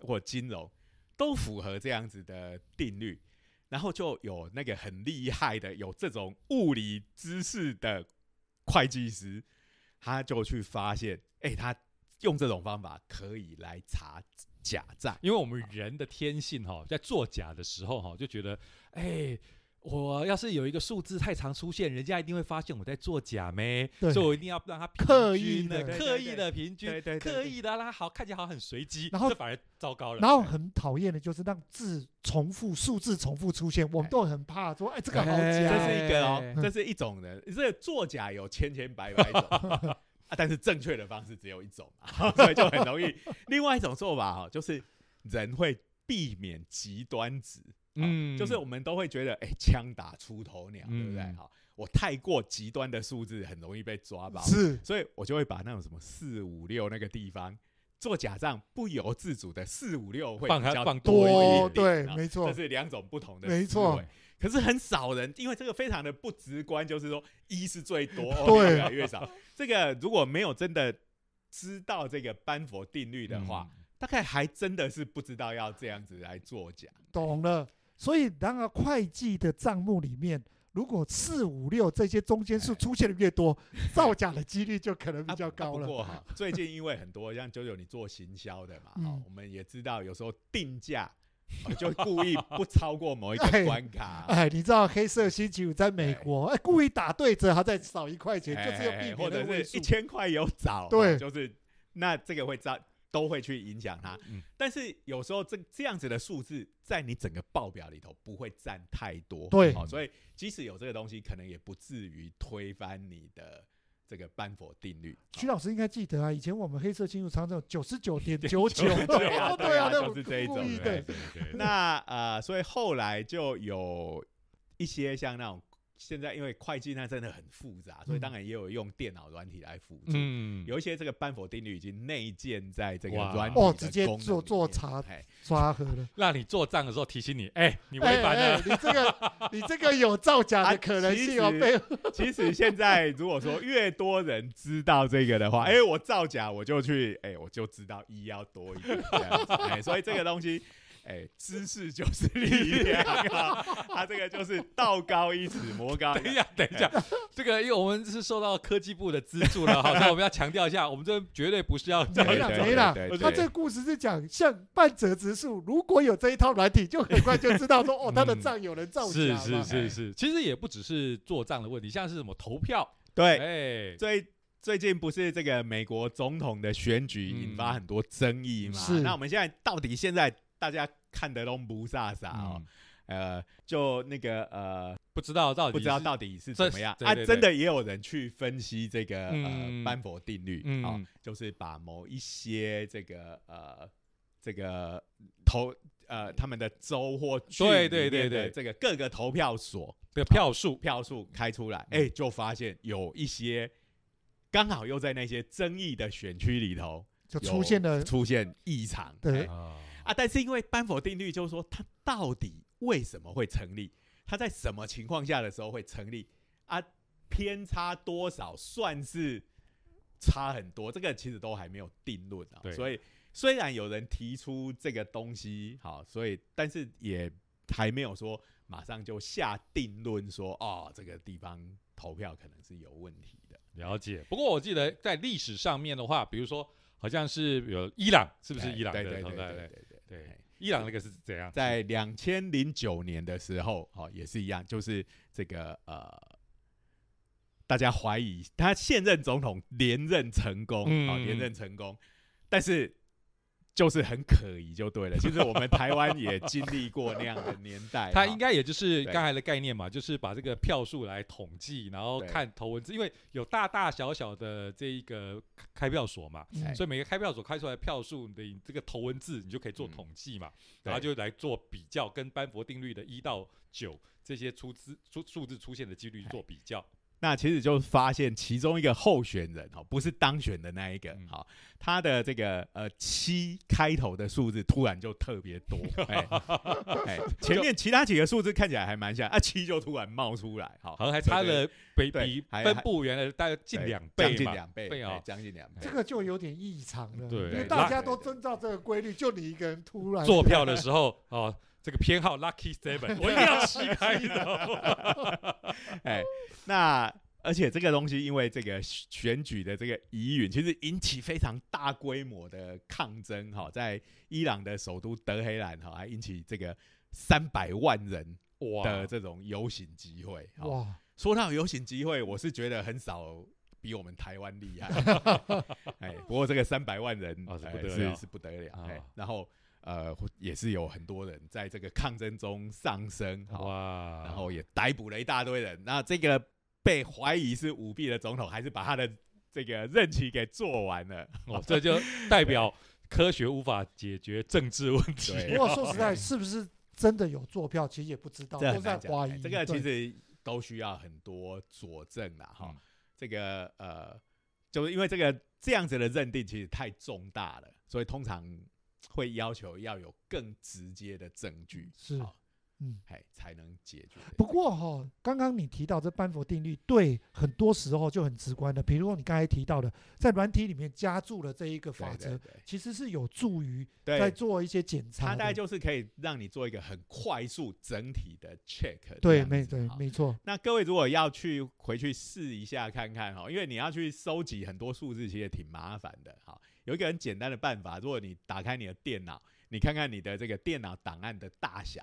A: 或金融都符合这样子的定律，然后就有那个很厉害的有这种物理知识的会计师，他就去发现，哎、他用这种方法可以来查假账，
B: 因为我们人的天性哈、在作假的时候哈、就觉得，哎，我要是有一个数字太常出现，人家一定会发现我在作假咩，所
C: 对
B: 以我一定要让它平
C: 刻
B: 均
C: 意
B: 的、
A: 的
B: 刻意的平均、
A: 对对
B: 刻
A: 对
B: 意的让它好看起来好像很随机，
C: 然后
B: 这反而糟糕了。
C: 然后很讨厌的就是让字重复、数字重复出现，我们都很怕说，哎，这个好
A: 这
B: 哎
C: 假哦。
A: 是一个哦
B: 哎，
A: 这是一种人，这作假有千千百百
C: *laughs*
A: 种啊，但是正确的方式只有一种嘛， *laughs* 所以就很容易。另外一种做法哈、哦，就是人会避免极端值，
B: 嗯
A: 就是我们都会觉得，哎，枪打出头鸟，对不对？
B: 嗯
A: 好，我太过极端的数字很容易被抓包，
C: 是
A: 所以我就会把那种什么四五六那个地方做假账，不由自主的四五六会
B: 放
A: 比
B: 它
A: 较
B: 放
A: 多一
C: 多
A: 点
C: 哦对
A: 点啊
C: 没错
A: 这是两种不同的
C: 没
A: 思
C: 错
A: 维。可是很少人，因为这个非常的不直观，就是说一是最
C: *laughs*
A: 多，哦越
C: 对
A: 来越少。这个如果没有真的知道这个班佛定律的话，
C: 嗯
A: 大概还真的是不知道要这样子来作假。
C: 懂了。所以，然而会计的账目里面，如果四五六这些中间数出现的越多，造假的几率就可能比
A: 哎啊
C: 较
A: 啊
C: 高
A: 不
C: 了。
A: 过哈，最近因为很多像九九你做行销的嘛，
C: 嗯
A: 哦，我们也知道有时候定价。哦就故意不超过某一
C: *laughs*
A: 个
C: 哎
A: 关卡，
C: 哎，你知道黑色星期五在美国，哎，故意打对折，还再少一块钱，就是要避
A: 哎或
C: 免那
A: 者
C: 个位
A: 是
C: 数啊
A: 一。千块有找，
C: 对
A: 哦就是那这个会造都会去影响它。
B: 嗯
A: 但是有时候这这样子的数字在你整个报表里头不会占太多，
C: 对
A: 哦，所以即使有这个东西，可能也不至于推翻你的这个班佛定律。
C: 徐
A: 哦
C: 老师应该记得啊，以前我们黑色星期五常常九十九点九九，
A: 对啊，
C: *laughs* 对啊，那
A: 就
C: 我
A: 是这一种
C: 故意
A: 对
C: 的。
B: 对对对
A: 那呃，所以后来就有一些像那种。现在因为会计那真的很复杂，所以
C: 嗯
A: 当然也有用电脑软体来辅助。
B: 嗯
A: 有一些这个班佛定律已经内建在这个
B: 哇
A: 软体
C: 哦
A: 的
C: 直接
A: 功能
C: 做
A: 里
C: 做
A: 面
C: 查
A: 哎
C: 刷盒了。
B: 让你做账的时候提醒你，哎、你违
C: 哎
B: 反了。
C: 哎，你这个 *laughs* 你这个有造假的可能性
A: 啊
C: 哦，
A: 其实
C: 被
A: 其实现在如果说越多人知道这个的话，哎、我造假我就去，哎、我就知道一要多一点这样子，哎、所以这个东西哎，知识就是力量啊！他这个就是道高一尺，魔高一
B: 等一下，等一下，这个因为我们是受到科技部的资助了哈，所以我们要强调一下，我们这绝对不是要
A: 对
C: 没了
A: 对
C: 没了
A: 对对。
C: 他
A: 对
C: 这个故事是讲，像半泽直树，如果有这一套软体，就很快就知道说，哦，他的账有人造假
B: 是
C: 嘛
B: 是是是，其实也不只是做账的问题，像是什么投票，
A: 对，
B: 哎，
A: 最最近不是这个美国总统的选举
B: 嗯
A: 引发很多争议嘛？
C: 是
A: 那我们现在到底现在大家看得都不飒飒哦
B: 嗯？
A: 呃，就那个呃，
B: 不知道到底
A: 不知道
B: 是
A: 到底是
B: 这
A: 怎么样
B: 对
A: 啊？
B: 对对
A: 真的也有人去分析这个
B: 嗯
A: 呃班佛定律
B: 嗯
A: 啊，就是把某一些这个呃这个投呃他们的州或区
B: 对
A: 里
B: 对对
A: 面的
B: 对
A: 这个各个投票所
B: 的票数，
A: 票数开出来，哎、
B: 嗯
A: 就发现有一些刚好又在那些争议的选区里头
C: 就出现了
A: 有出现异常，
C: 对
A: 哎啊，但是因为班否定律就是说它到底为什么会成立，它在什么情况下的时候会成立啊，偏差多少算是差很多，这个其实都还没有定论啊
B: 对，
A: 所以虽然有人提出这个东西，好，所以但是也还没有说马上就下定论说哦，这个地方投票可能是有问题的，
B: 了解。不过我记得在历史上面的话，比如说好像是有伊朗，
A: 是
B: 是不是伊朗的
A: 哎对对
B: 投
A: 对
B: 票
A: 对
B: 对
A: 对对对
B: 对
A: 哎，
B: 伊朗那个是怎样？
A: 在两千零九年的时候，哦，也是一样，就是这个呃，大家怀疑他现任总统连任成功，
B: 嗯
A: 哦，连任成功，但是就是很可疑，就对了。其实我们台湾也经历过那样的年
B: *laughs*
A: 代，
B: 它
A: 哦
B: 应该也就是
A: 对
B: 刚才的概念嘛，就是把这个票数来统计，然后
A: 对
B: 看头文字，因为有大大小小的这一个开开票所嘛，
C: 嗯
B: 所以每个开票所开出来的票数的你这个头文字，你就可以做统计嘛，然后就来做比较，跟班佛定律的一到九这些出资出数字出现的几率做比较。
A: 那其实就发现其中一个候选人哦，不是当选的那一个
B: 嗯，
A: 好、他的这个呃七开头的数字突然就特别
B: *laughs*
A: 多，哎、哎前面其他几个数字看起来还蛮像，啊七就突然冒出来，好、
B: 好像还差了比
A: 对
B: 比
A: 还
B: 分布原来大概近
A: 对
B: 两
A: 将
B: 倍
A: 近
B: 嘛，
A: *laughs* 两倍，
B: 倍啊
A: 哎将近两倍
C: 这，个就有点异常了，
B: 对
C: 因为
A: 对
C: 大家
A: 对
C: 都
A: 对
C: 遵照这个规律，就你一个人突然
B: 做票的时候哦，这个偏好 lucky seven，我一
A: *laughs*
B: 定要七开的。 *laughs*
A: 哎，那而且这个东西因为这个选举的这个疑云，其实引起非常大规模的抗争哈、在伊朗的首都德黑兰哈、还引起这个三百万人
B: 哇
A: 的，这种游行集会。哦、
C: 哇，
A: 说到游行集会，我是觉得很少比我们台湾厉害。
B: *laughs*
A: 哎，不过这个三百万人
B: 啊是
A: 哎
B: 不得了
A: 是是不得了。
B: 啊
A: 哎，然后呃，也是有很多人在这个抗争中丧生，好，
B: 哇，
A: 然后也逮捕了一大堆人。那这个被怀疑是舞弊的总统，还是把他的这个任期给做完了。
B: 哦，这就代表科学无法解决政治问题。
A: 对
C: 不过说实在，是不是真的有做票，其实也不知道，
A: 这
C: 都
A: 很
C: 在
A: 难讲。
C: 怀
A: 哎
C: 疑。
A: 这个
C: 对
A: 其实都需要很多佐证啦，哈、
B: 嗯
A: 这个呃，就是因为这个这样子的认定其实太重大了，所以通常会要求要有更直接的证据，
C: 是
A: 好，
C: 嗯。
A: 哎，才能解决。
C: 不过哈、刚刚你提到这班佛定律，对很多时候就很直观的，比如说你刚才提到的，在软体里面加注了这一个法
A: 对
C: 则
A: 对，对
C: 其实是有助于在
A: 对，
C: 做一些检查
A: 它
C: 的。
A: 大概就是可以让你做一个很快速整体的 check 这样子。
C: 对，没对
A: 好，
C: 没错，
A: 那各位如果要去回去试一下看看哈，因为你要去收集很多数字，其实也挺麻烦的。哈。有一个很简单的办法，如果你打开你的电脑，你看看你的这个电脑档案的大小，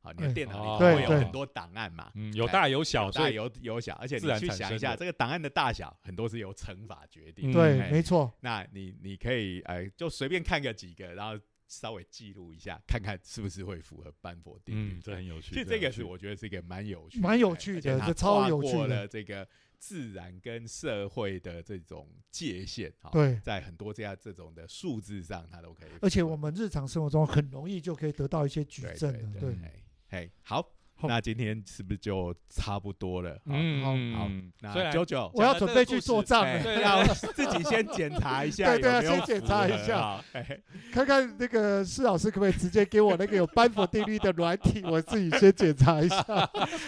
A: 好，你的
C: 哎
A: 电脑里
B: 哦
A: 会有
C: 对
A: 很多档案嘛，
B: 嗯，有大有小，
A: 有大
B: 所以
A: 有有小，而且
B: 自
A: 你
B: 然
A: 去
B: 产
A: 想
B: 生
A: 一下
B: 的
A: 这个档案的大小，很多是由乘法决定的。
C: 嗯对，
A: 哎
C: 没错，
A: 那你你可以呃，就随便看个几个，然后稍微记录一下，看看是不是会符合班佛定律。
B: 嗯，这很有趣。
A: 其实这个是我觉得是一个蛮有趣的、
C: 蛮有趣
A: 而且
C: 的
A: 它
C: 这超
A: 跨
C: 有趣
A: 过
C: 的
A: 了这个自然跟社会的这种界限啊。哈
C: 对。
A: 在很多这样这种的数字上，它都可以符合。
C: 而且我们日常生活中很容易就可以得到一些举
A: 对
C: 证
A: 对对
C: 的，对，
A: 哎哎好，
C: 好
A: 那今天是不是就差不多了？嗯，
B: 嗯，
C: 好
A: 好
B: 嗯虽
A: 那
B: 然
A: 九九，
C: 我要准备去做账
A: 哎
C: 了，
B: 对
A: 那我自己先检查一下有
C: 对对啊
A: 没有符合，
C: 先检查一下
A: 好。哎
C: 看看那个施老师可不可以直接给我那个有班佛定律的软体，我自己先检查
A: *laughs*
C: 一下。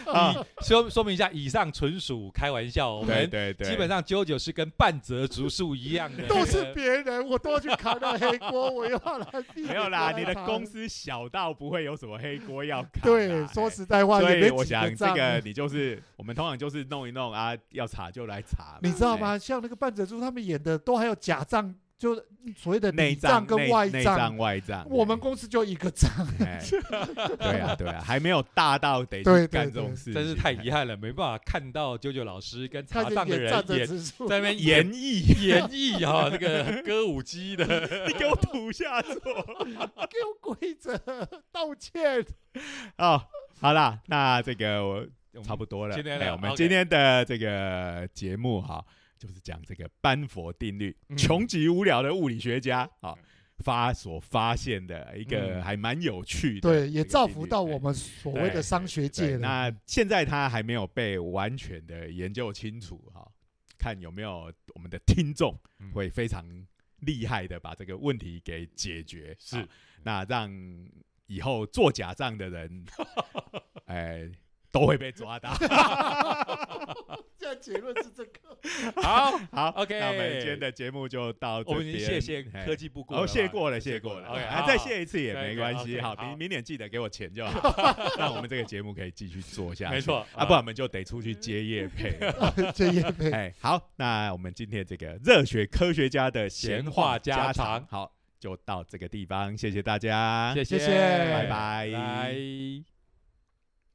A: 啊，
B: 说说明一下，以上纯属开玩笑，我
A: 对
B: 们
A: 对对，
B: 基本上啾啾是跟半泽直树一样的，
C: 都是别人，我都要去扛那黑锅，我又要来避
A: 没
C: 免
A: 有啦，
C: *laughs* 他
A: 你的
C: 扛
A: 公司小到不会有什么黑锅
C: *laughs*
A: 要扛啦。
C: 对，
A: 哎
C: 说实在话，
A: 所
C: 也
A: 以
C: 没
A: 我
C: 几个
A: 想这
C: 账欸
A: 个你就是我们通常就是弄一弄啊，要查就来查嘛，
C: 你知道
A: 哎？
C: 吗？像那个半泽猪他们演的，都还有假账，就是所谓的
A: 内
C: 里
A: 账
C: 跟
A: 内
C: 外
A: 内账外账，
C: 我们公司就一个账，
A: 哎哎对啊对啊，还没有大到得去
C: 对对
A: 干这
C: 对
A: 种事，哎
B: 真是太遗憾了，没办法看到啾啾老师跟
C: 他
B: 查
C: 就
B: 账的
C: 演
B: 人
C: 站着
B: 演
C: 指数。
B: 在那边演
A: 演绎，
B: *laughs* 演绎啊，那个歌舞姬 *laughs* 的，
A: 你给我吐下座
C: 给我跪着道歉。
A: 哦。好啦，那这个我差不
B: 多。
A: 多了。
B: 今天
A: 哎
B: 聊
A: 我们
B: OK
A: 今天的这个节目哈、就是讲这个班佛定律，
B: 嗯
A: 穷极无聊的物理学家啊、发所发现的一个
B: 嗯
A: 还蛮有趣的这个定律，
C: 对，也造福到我
A: 哎。
C: 们所谓的商学
A: 对，
C: 界了。
A: 那现在他还没有被完全的研究清楚哈、看有没有我们的听众
B: 嗯
A: 会非常厉害的把这个问题给解决，
B: *laughs* 是
A: 啊那让以后做假账的
B: *laughs*
A: 人，哎、都会被抓到。
C: 这样结论是这个。
B: 好，
A: 好
B: OK
A: 那我们今天的节目就到这
B: *laughs* 我
A: 边。
B: 们已经谢谢
A: 嘿
B: 科技部过了
A: 哦，
B: 嘛，
A: 谢过了，谢过了，
B: OK，
A: 啊
B: 好
A: 再谢一次也
B: 可以
A: 没
B: 可以
A: 关系，
B: ，OK，
A: 好，
B: 好
A: 明明年记得给我钱就
B: *laughs*
A: 好，让我们这个节目可以继续做下去。
B: 没错
A: 啊，不然我们就得出去接业
B: *laughs*
A: 配了。
C: *laughs* 这也没
A: 哎，好，那我们今天这个热血科学家的闲
B: 闲
A: 话
B: 话
A: 家
B: 家
A: 常
B: 常，
A: 好，就到这个地方，谢谢大家，
B: 谢
C: 谢谢
A: 拜拜
B: 拜。